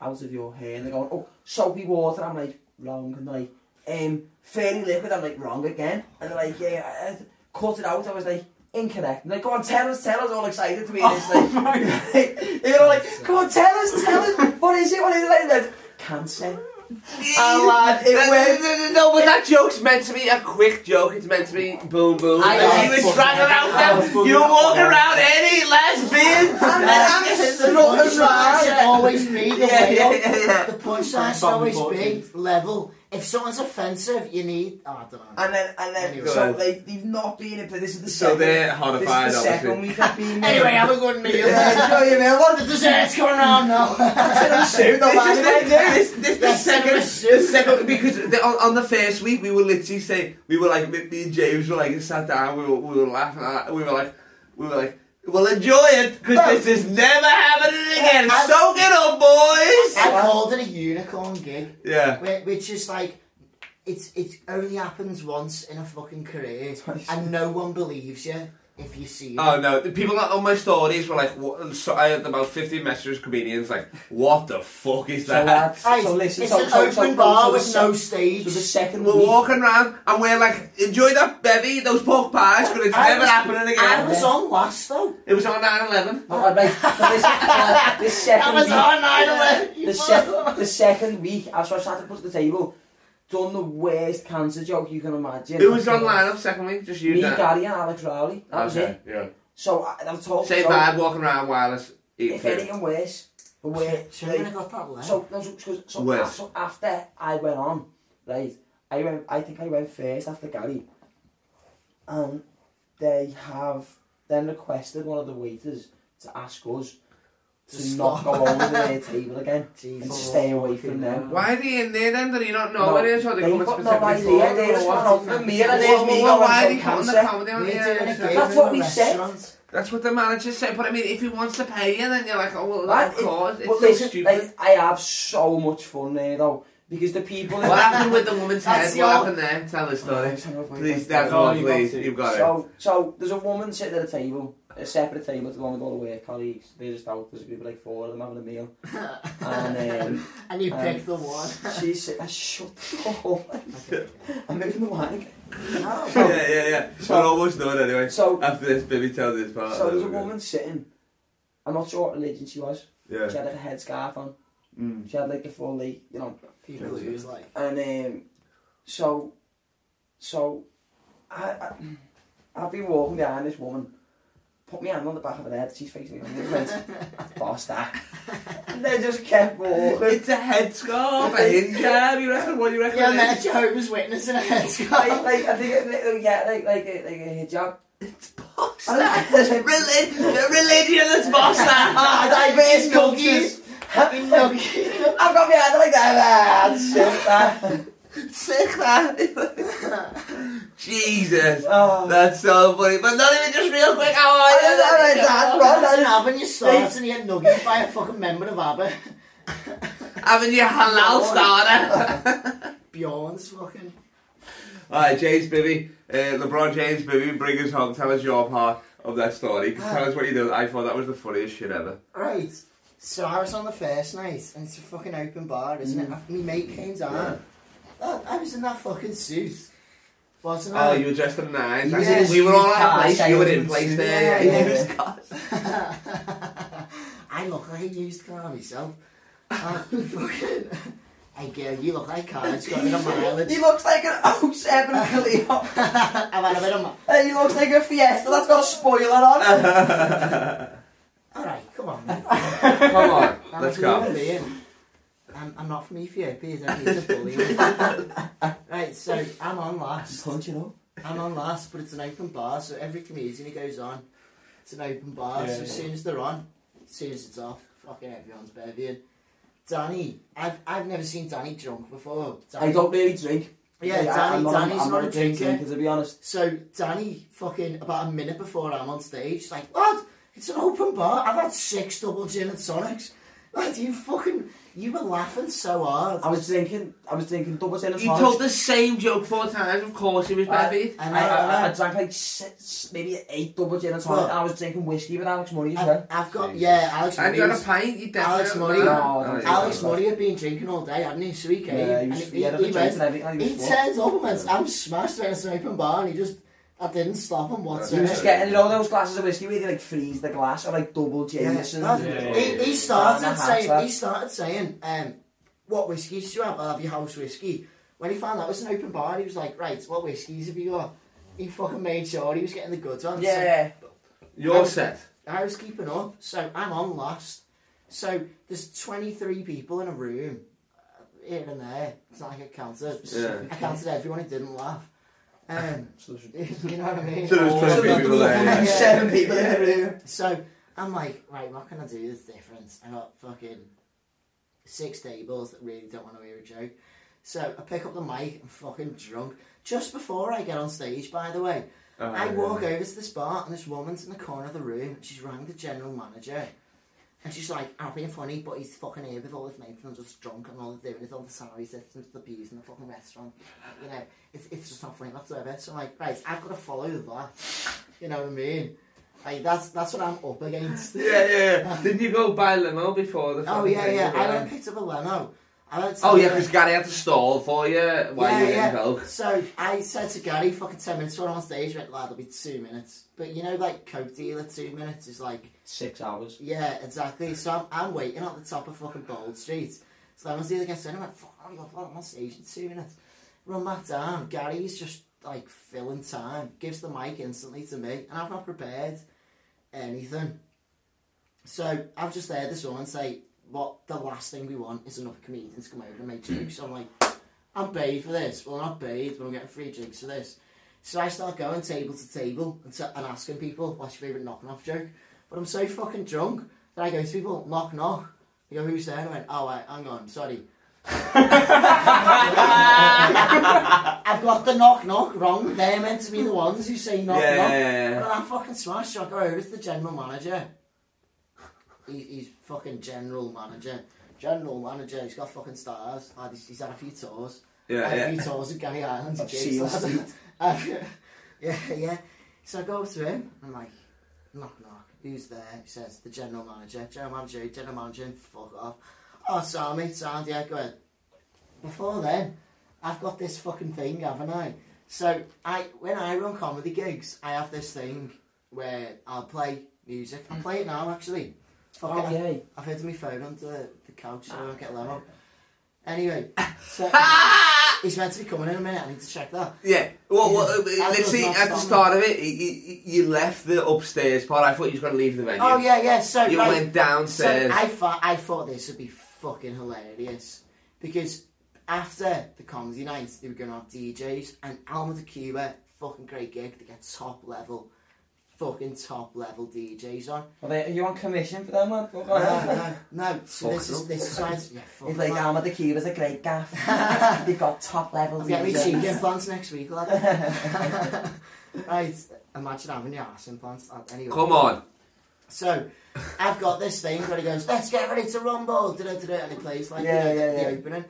Speaker 2: out of your hair? And they're going, oh, soapy water. I'm like, wrong. And they're like, um, fairy liquid. I'm like, wrong again. And they're like, yeah, I, I cut it out. I was like, incorrect. And they're like, go on, tell us, tell us. All excited to be this. Like, they're all like, come on, tell us, tell us. What is it? What is it? And they're like, cancer. And lad, it
Speaker 1: No,
Speaker 2: went
Speaker 1: no, no, no, but that joke's meant to be a quick joke. It's meant to be boom, boom.
Speaker 2: I
Speaker 1: And
Speaker 2: like
Speaker 1: you were dragging
Speaker 4: I
Speaker 1: out
Speaker 4: was
Speaker 1: them. You were
Speaker 4: fucking-
Speaker 1: walking around any lesbians.
Speaker 2: And then I'm
Speaker 3: Punch
Speaker 2: strutting
Speaker 3: size should
Speaker 2: around.
Speaker 3: always be the
Speaker 1: Yeah,
Speaker 3: way
Speaker 1: yeah,
Speaker 3: up.
Speaker 1: yeah, yeah.
Speaker 3: The punch size should
Speaker 4: Bottom
Speaker 3: always be
Speaker 4: fourteen.
Speaker 3: level. If someone's offensive, you need. Oh, I don't know.
Speaker 2: And then, and then,
Speaker 3: Anyway.
Speaker 2: so they, they've not been in, but this is the
Speaker 1: So
Speaker 2: second.
Speaker 1: they're
Speaker 2: this
Speaker 1: horrified,
Speaker 2: is the second
Speaker 1: obviously.
Speaker 2: week I've been there.
Speaker 3: Anyway, have a good meal.
Speaker 2: Yeah, so, you know, what
Speaker 3: The dessert's coming around now.
Speaker 2: I'm sued on
Speaker 1: This is the,
Speaker 2: anyway.
Speaker 1: this, this, the
Speaker 3: Yes,
Speaker 1: second,
Speaker 3: sir.
Speaker 1: the second, because the, on, on the first week we were literally saying, we were like, me and James were like, sat down, we were, we were laughing, at, we were like, we were like, well enjoy it, because this is never happening again,
Speaker 3: I-
Speaker 1: soak it up boys!
Speaker 3: I called it a unicorn gig.
Speaker 1: Yeah.
Speaker 3: Wh- which is like it's it only happens once in a fucking career, and no one believes you if you see. it.
Speaker 1: Oh no, the people on my stories were like, what, so I had about 50 messages, comedians, like, what the fuck is
Speaker 2: So,
Speaker 1: that?
Speaker 2: lads,
Speaker 3: Guys,
Speaker 2: so listen,
Speaker 3: it's
Speaker 2: so,
Speaker 3: an
Speaker 2: so,
Speaker 3: open
Speaker 2: so,
Speaker 3: bar
Speaker 2: so the
Speaker 3: with no
Speaker 2: sec-
Speaker 3: stage.
Speaker 2: So the second
Speaker 1: we're
Speaker 2: week,
Speaker 1: walking around and we're like, enjoy that bevy, those pork pies, because it's
Speaker 3: I
Speaker 1: never
Speaker 3: was-
Speaker 1: happening
Speaker 3: I
Speaker 1: again.
Speaker 3: was on last though.
Speaker 1: it was on 9 11.
Speaker 2: Oh, right, so this, uh, this second
Speaker 3: I was
Speaker 2: week,
Speaker 3: on 9/11, you
Speaker 2: The, sec- the second week, I so I sat at the foot of the table, done the worst cancer joke you can imagine.
Speaker 1: It was on line up, second week, just
Speaker 2: Me,
Speaker 1: use that.
Speaker 2: Gary, and Alex Rowley. That was it.
Speaker 1: Yeah.
Speaker 2: So I, I've talked.
Speaker 1: Same
Speaker 2: so,
Speaker 1: vibe, walking around wireless, eating
Speaker 2: If
Speaker 1: food.
Speaker 2: anything worse, the way
Speaker 3: Should I got that left?
Speaker 2: So, no, so, so, so,
Speaker 1: Where?
Speaker 2: af- so after I went on, right, I went. I think I went first after Gary, and they have then requested one of the waiters to ask us to,
Speaker 3: To
Speaker 2: not
Speaker 3: stop.
Speaker 2: go over to their table again and to
Speaker 3: Jesus.
Speaker 2: stay away from them.
Speaker 1: Why are they in there then? Do you not know
Speaker 2: No,
Speaker 1: what it is? Or they
Speaker 2: they've
Speaker 1: come and
Speaker 2: got no
Speaker 1: specifically
Speaker 2: idea,
Speaker 1: for
Speaker 2: they
Speaker 1: it, or
Speaker 2: just
Speaker 1: what?
Speaker 2: want to open me and
Speaker 1: Well,
Speaker 2: then there's me
Speaker 1: well,
Speaker 2: going
Speaker 1: why are
Speaker 2: from
Speaker 1: they cutting the
Speaker 2: cancer.
Speaker 1: comedy on
Speaker 3: We're
Speaker 1: the
Speaker 3: doing a
Speaker 1: air?
Speaker 3: gig
Speaker 2: oh, That's
Speaker 3: in
Speaker 2: what
Speaker 3: a
Speaker 2: we said.
Speaker 3: restaurant.
Speaker 1: That's what the manager said. But I mean, if he wants to pay you, then you're like, oh, well,
Speaker 2: Right,
Speaker 1: of
Speaker 2: it-
Speaker 1: course. It's
Speaker 2: But
Speaker 1: so
Speaker 2: listen,
Speaker 1: stupid.
Speaker 2: like, I have so much fun there though because the people.
Speaker 1: what happened with the woman's
Speaker 3: That's
Speaker 1: head?
Speaker 3: your-
Speaker 1: What happened there? Tell the story. Please, Dad,
Speaker 4: Oh,
Speaker 1: on,
Speaker 4: you
Speaker 1: please.
Speaker 4: got to.
Speaker 1: You've got it.
Speaker 2: So, so there's a woman sitting at a table, a separate table to the one with all the work colleagues. They're just out. There's people like four of them having a meal, and um,
Speaker 3: and you
Speaker 2: Um,
Speaker 3: picked the one.
Speaker 2: she's sitting. there, Shut the fuck up! I'm moving the wine. again."
Speaker 1: Yeah,
Speaker 2: So,
Speaker 1: yeah, yeah.
Speaker 2: So-
Speaker 1: We're almost done anyway.
Speaker 2: So,
Speaker 1: After this, baby tells this part.
Speaker 2: so
Speaker 1: then
Speaker 2: there's a
Speaker 1: we're good.
Speaker 2: woman sitting. I'm not sure what religion she was. She
Speaker 1: Yeah.
Speaker 2: had like a headscarf on.
Speaker 1: Mm.
Speaker 2: She had like a full, like you know,
Speaker 3: People who's like,
Speaker 2: And um, so, so I, I, I've been walking behind this woman, put my hand on the back of her head, she's facing me, and went, boss that. And they just kept walking.
Speaker 1: It's a headscarf, a hijab, you reckon? What do you reckon?
Speaker 3: Yeah,
Speaker 1: it
Speaker 3: met a
Speaker 1: is?
Speaker 3: Jehovah's Witness in a
Speaker 2: Like,
Speaker 3: headscarf.
Speaker 2: like, I think, it- like, yeah, like, like, a- like a hijab.
Speaker 1: It's boss.
Speaker 2: And I was like,
Speaker 1: Religion, religion is boss.
Speaker 2: Ah, diverse cultures.
Speaker 3: Nuggies. Happy nuggies.
Speaker 2: I've got my hand like that. Ah, shit, ah.
Speaker 1: Sick man. Jesus.
Speaker 2: Oh.
Speaker 1: That's so funny. But not even just real quick, how
Speaker 2: I
Speaker 1: are
Speaker 2: don't
Speaker 1: you?
Speaker 2: know, like that, bro.
Speaker 3: That's an
Speaker 2: That's-
Speaker 3: ABBA and you starts and you get nugget by a fucking member of ABBA.
Speaker 1: Having your halal starter.
Speaker 3: Bjorn's fucking.
Speaker 1: Alright, James Bibby, uh, LeBron James Bibby, bring us home. Tell us your part of that story.
Speaker 2: Ah.
Speaker 1: Tell us what you do. I thought that was the funniest shit ever.
Speaker 3: Right. So I was on the first night, and it's a fucking open bar, isn't it? After me mate came down, Oh, I was in that fucking suit, wasn't
Speaker 2: Ah.
Speaker 3: I?
Speaker 1: Oh, you were dressed in nines.
Speaker 3: Yeah,
Speaker 1: Actually, we
Speaker 3: she
Speaker 1: were
Speaker 3: was
Speaker 1: all out of
Speaker 3: car
Speaker 1: place. You were
Speaker 3: salesman
Speaker 1: in place
Speaker 3: too.
Speaker 1: there.
Speaker 3: Yeah, yeah.
Speaker 1: He was car-
Speaker 3: I look like a used car myself. Uh, fucking. Hey girl, you look like car. It's got a bit of mileage.
Speaker 2: He looks like an 07 Clio.
Speaker 3: I've had a bit of. Mi-
Speaker 2: Hey, he looks like a Fiesta that's got a spoiler
Speaker 1: Eh.
Speaker 2: on it.
Speaker 3: All right, come on. mate.
Speaker 1: Come on,
Speaker 3: I'm
Speaker 1: let's
Speaker 3: a
Speaker 1: go.
Speaker 3: human being. I'm, I'm not from Ethiopia. I don't need to bully me. Right, so I'm on last.
Speaker 2: Punch it up.
Speaker 3: I'm on last, but it's an open bar, so every comedian who goes on, it's an open bar.
Speaker 4: Yeah,
Speaker 3: so as
Speaker 4: yeah.
Speaker 3: soon as they're on, as soon as it's off, fucking everyone's bevying. Danny, I've I've never seen Danny drunk before. Danny,
Speaker 2: I don't really drink.
Speaker 3: Yeah,
Speaker 2: Like, I-
Speaker 3: Danny,
Speaker 2: I'm not,
Speaker 3: Danny's
Speaker 2: I'm
Speaker 3: not
Speaker 2: not
Speaker 3: a drinker.
Speaker 2: to be honest.
Speaker 3: So Danny, fucking about a minute before I'm on stage, is like, lad, it's an open bar. I've had six double gin and tonics. Like you fucking, you were laughing so hard.
Speaker 2: I was drinking, I was drinking double gin and
Speaker 1: You
Speaker 2: tonic.
Speaker 1: told the same joke four times. Of course, he was
Speaker 2: I-
Speaker 1: bevied.
Speaker 3: and
Speaker 2: I,
Speaker 3: I,
Speaker 2: I, I, drank like six, maybe eight double gin and tonic.
Speaker 3: Well-
Speaker 2: and I was drinking whiskey with Alex Murray as
Speaker 3: have
Speaker 2: well.
Speaker 3: got
Speaker 1: Jesus.
Speaker 3: yeah, Alex.
Speaker 1: And you had a
Speaker 3: Murray's-
Speaker 1: pint. You
Speaker 3: Alex
Speaker 1: definitely-
Speaker 3: Murray.
Speaker 1: No,
Speaker 2: No,
Speaker 1: no, you
Speaker 3: Alex
Speaker 1: didn't.
Speaker 3: Murray had been drinking all day, hadn't he? So he came.
Speaker 2: Yeah, he was
Speaker 3: and
Speaker 2: he had a
Speaker 3: he,
Speaker 2: drink
Speaker 3: went-
Speaker 2: and everything.
Speaker 3: he
Speaker 2: He was full.
Speaker 3: turns up and went, I'm smashed when it's an open bar, and he just, I didn't stop him
Speaker 2: You
Speaker 3: whatsoever.
Speaker 2: were just getting, you know, those glasses of whiskey where they like freeze the glass or like double
Speaker 3: Yeah.
Speaker 2: Jameson.
Speaker 4: yeah,
Speaker 3: He, he
Speaker 2: And
Speaker 3: started
Speaker 2: a half that.
Speaker 3: saying, he started saying, um, what whiskies do you have? I have your house whiskey. When he found out it was an open bar, he was like, right, what whiskies have you got? He fucking made sure he was getting the goods on. So
Speaker 2: Yeah.
Speaker 1: You're set.
Speaker 3: I was keeping up, so I'm on last. So there's 23 people in a room, uh, here and there. It's not like I counted.
Speaker 1: Yeah.
Speaker 3: I counted everyone who didn't laugh. Um,
Speaker 2: So there's-
Speaker 3: you know what I mean?
Speaker 1: So there was 23 people there. yeah.
Speaker 2: Oh, Seven people in the room.
Speaker 3: So I'm like, right, what can I do that's different? I got fucking six tables that really don't want to hear a joke. So I pick up the mic, I'm fucking drunk. Just before I get on stage, by the way,
Speaker 1: Oh,
Speaker 3: I
Speaker 1: yeah.
Speaker 3: walk over to this bar and this woman's in the corner of the room and she's rang the general manager. And she's like, I'm being funny, but he's fucking here with all his mates and I'm just drunk and all they're doing is all the salary systems, the booze in the fucking restaurant. You know, it's, it's just not funny whatsoever. So I'm like, right, I've got to follow that. You know what I mean? Like, that's, that's what I'm up against.
Speaker 1: Yeah, yeah, yeah. Oh, Didn't you go buy limo before the?
Speaker 3: Oh
Speaker 1: fucking
Speaker 3: yeah,
Speaker 1: thing?
Speaker 3: yeah. I went and picked up a limo. I went. To
Speaker 1: Oh yeah, because Gary had to stall for you while you
Speaker 3: yeah,
Speaker 1: were in
Speaker 3: yeah.
Speaker 1: Coke.
Speaker 3: So I said to Gary, "Fucking ten minutes." When I'm on stage, he went, "Lad, it'll be two minutes." But you know, like coke dealer, two minutes is like,
Speaker 2: Six hours.
Speaker 3: yeah, exactly. So I'm, I'm waiting at the top of fucking Bold Street. So I was the other guy saying, "I'm like, fuck, I'm on stage in two minutes." Run back down. Gary's just like filling time. Gives the mic instantly to me, and I've not prepared anything. So I've just heard this woman say, "What the last thing we want is another comedian to come over and make jokes." So I'm like, "I'm paid for this. Well, I'm not paid, but I'm getting free drinks for this." So I start going table to table and, t- and asking people, "What's your favourite knock off joke?" But I'm so fucking drunk that I go to people, "Knock knock." They go, "Who's there?" And I went, "Oh, wait, hang on, sorry." I've got the knock knock wrong. They're meant to be the ones who say knock
Speaker 1: Yeah,
Speaker 3: knock.
Speaker 1: yeah, yeah, yeah.
Speaker 3: And I fucking smashed. So I go over to the general manager. He, he's fucking general manager. General manager. He's got fucking stars. Had- He's, he's had a few tours.
Speaker 1: Yeah,
Speaker 3: had
Speaker 1: yeah.
Speaker 3: A few tours at Gary Island.
Speaker 2: Of Seal Street.
Speaker 3: yeah, yeah. So I go up to him. I'm like, knock knock. Who's there? He says the general manager. General manager. General manager. Fuck off. Oh, sorry, mate. Sound yeah. Go ahead. Before then, I've got this fucking thing, haven't I? So I, when I run comedy gigs, I have this thing where I'll play music. I play it now actually. Fuck it,
Speaker 2: Oh,
Speaker 3: I've-
Speaker 2: yay.
Speaker 3: I've
Speaker 1: Ah.
Speaker 3: hid my phone under the couch so I don't get level. Anyway, so He's meant to be coming in a minute. I need to check that.
Speaker 1: Yeah. Well, well uh,
Speaker 3: Yeah.
Speaker 1: literally
Speaker 3: That's
Speaker 1: at the
Speaker 3: not
Speaker 1: start of it, you, you, you left the upstairs part. I thought you was going to leave the venue.
Speaker 3: Oh yeah, yeah. So
Speaker 1: You
Speaker 3: right,
Speaker 1: went
Speaker 3: So
Speaker 1: downstairs.
Speaker 3: I thought I thought this would be fucking hilarious because after the comedy night, they were going to have DJs and Alma de Cuba, fucking great gig. They get top level, fucking top level DJs on.
Speaker 8: Are, they, are you on commission for them, lad? What
Speaker 1: Oh,
Speaker 3: No,
Speaker 8: kind of-
Speaker 3: no, no. So this is this is why it's- yeah, fuck
Speaker 8: He's like,
Speaker 3: that.
Speaker 8: I'm at the cube as a great gaff. They've got top level
Speaker 3: I'll get me
Speaker 8: DJs.
Speaker 3: cheek implants next week, lad. right, imagine having your ass implants. Uh, Anyway.
Speaker 1: Come on.
Speaker 3: So, I've got this thing where he goes, let's get ready to rumble, da-da-da-da, and he plays like
Speaker 8: Yeah,
Speaker 3: you know, the,
Speaker 8: yeah,
Speaker 3: the
Speaker 8: yeah.
Speaker 3: opening.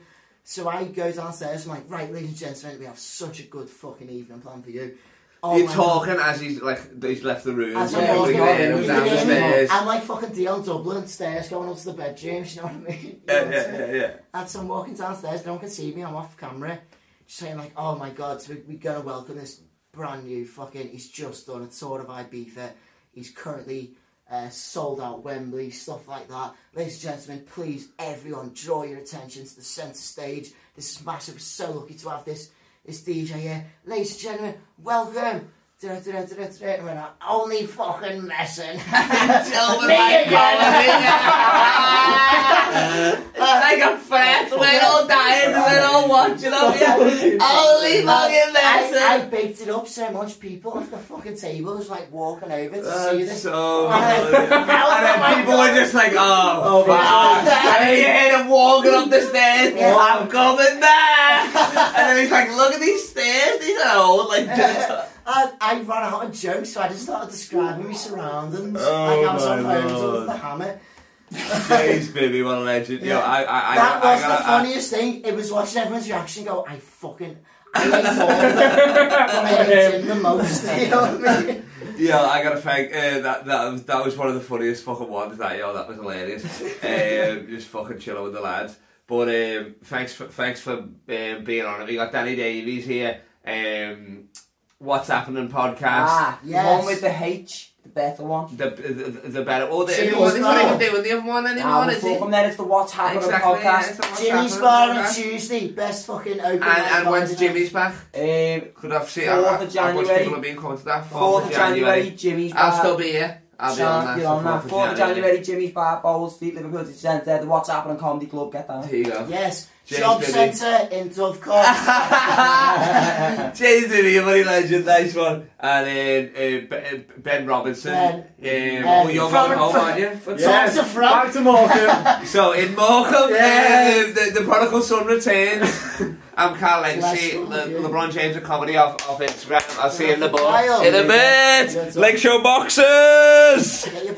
Speaker 3: So I go downstairs, I'm like, right, ladies and gentlemen, we have such a good fucking evening planned for you. Oh
Speaker 1: You're
Speaker 3: my
Speaker 1: talking as he's like he's left the room.
Speaker 3: As
Speaker 1: so
Speaker 3: I'm
Speaker 1: we
Speaker 3: walking
Speaker 1: go in
Speaker 3: in,
Speaker 1: and
Speaker 3: you
Speaker 1: down the
Speaker 3: can hear me.
Speaker 1: stairs.
Speaker 3: I'm like fucking Dion Dublin, stairs going up to the bedrooms, you know what I mean?
Speaker 1: Yeah, yeah, yeah, yeah.
Speaker 3: And so I'm walking downstairs, no one can see me, I'm off camera. Just saying like, oh my god, so we, we're gonna welcome this brand new fucking, he's just done a tour of Ibiza. He's currently uh, sold out Wembley, stuff like that. Ladies and gentlemen, please, everyone, draw your attention to the centre stage. This is massive, we're so lucky to have this, this DJ here. Ladies and gentlemen, welcome. Da, da, da, da, da, da. And we're like, only fucking messing.
Speaker 1: Silver
Speaker 3: Me
Speaker 1: light
Speaker 3: again.
Speaker 1: bulb. It's like a fret. We're all dying. We're all watching. Of you. Only fucking
Speaker 3: I, I
Speaker 1: lesson.
Speaker 3: baked it up so much. People off the fucking table was like walking over to see
Speaker 1: That's
Speaker 3: this.
Speaker 1: so.
Speaker 3: And
Speaker 1: brilliant.
Speaker 3: then-
Speaker 1: And then people were just like, oh,
Speaker 4: my
Speaker 1: fuck. And then you hear him walking up the stairs,
Speaker 3: Yeah.
Speaker 1: I'm coming back. And then he's like, look at these stairs, these are old. Like, just-
Speaker 3: I, I ran out of jokes, so I just started describing my surroundings.
Speaker 1: Oh
Speaker 3: like I was
Speaker 1: my
Speaker 3: on Holmes
Speaker 1: Lord.
Speaker 3: with the hammer.
Speaker 1: James Bibby, what a legend. Yo,
Speaker 3: Yeah.
Speaker 1: I, I, I,
Speaker 3: that
Speaker 1: I,
Speaker 3: was
Speaker 1: gotta-
Speaker 3: the
Speaker 1: I-
Speaker 3: funniest thing. It was watching everyone's reaction. Go, I fucking. I hate all of them. I hate him the most. You know what I mean?
Speaker 1: Yeah, I gotta thank uh, that that was, that was one of the funniest fucking ones. That yo, that was hilarious. um, just fucking chilling with the lads. But um, thanks for thanks for um, being on it. We got Danny Davies here. Um, What's happening podcast?
Speaker 8: Ah,
Speaker 3: Yes.
Speaker 8: the one with the H, the better one.
Speaker 1: The, the the better. Oh, the,
Speaker 3: Jimmy
Speaker 1: the one, it's not
Speaker 3: Star.
Speaker 1: even doing the other one anymore.
Speaker 8: Now
Speaker 1: is
Speaker 8: we'll
Speaker 1: it?
Speaker 8: Ah, from there, it's the What's Happening
Speaker 1: Exactly. yeah,
Speaker 8: podcast.
Speaker 1: it's the What's
Speaker 3: Jimmy's
Speaker 1: Happening
Speaker 3: bar on
Speaker 1: podcast.
Speaker 3: Tuesday. Best fucking open.
Speaker 1: And
Speaker 3: mic
Speaker 1: and when's
Speaker 3: night.
Speaker 1: Jimmy's back?
Speaker 8: Um,
Speaker 1: Could I've seen.
Speaker 8: Fourth of
Speaker 1: I- I- I watched
Speaker 8: January.
Speaker 1: People have been coming to that.
Speaker 8: 4th of January, Jimmy's
Speaker 1: I'll
Speaker 8: Bar.
Speaker 1: still be here. I'll be on that.
Speaker 8: You're
Speaker 1: so
Speaker 8: on that.
Speaker 1: 4th of
Speaker 8: 4th of January, Jimmy's Bar, Bowl Street, Liverpool City Centre, the What's Happening Comedy Club, get that.
Speaker 1: Here you go.
Speaker 3: Yes,
Speaker 1: James
Speaker 3: job
Speaker 1: Bibby.
Speaker 3: centre in Dovecourt.
Speaker 1: James Diddy, money legend, nice one. And then uh, Ben- Ben Robinson.
Speaker 3: Ben.
Speaker 1: Um,
Speaker 3: Uh,
Speaker 1: oh, you're
Speaker 3: from-
Speaker 1: going home,
Speaker 3: from-
Speaker 1: aren't you?
Speaker 4: Yes,
Speaker 3: Talk to Frank.
Speaker 4: back to Morecambe.
Speaker 1: So in Morecambe,
Speaker 4: Yes.
Speaker 1: uh, the, the prodigal son returns. I'm Carl Lacey,
Speaker 3: Last one,
Speaker 1: Le-
Speaker 3: yeah.
Speaker 1: LeBron James of comedy off, off Instagram. I'll see you in the
Speaker 3: Kyle.
Speaker 1: ball. In a
Speaker 3: Yeah.
Speaker 1: bit! Lake Show Boxers!
Speaker 3: Get your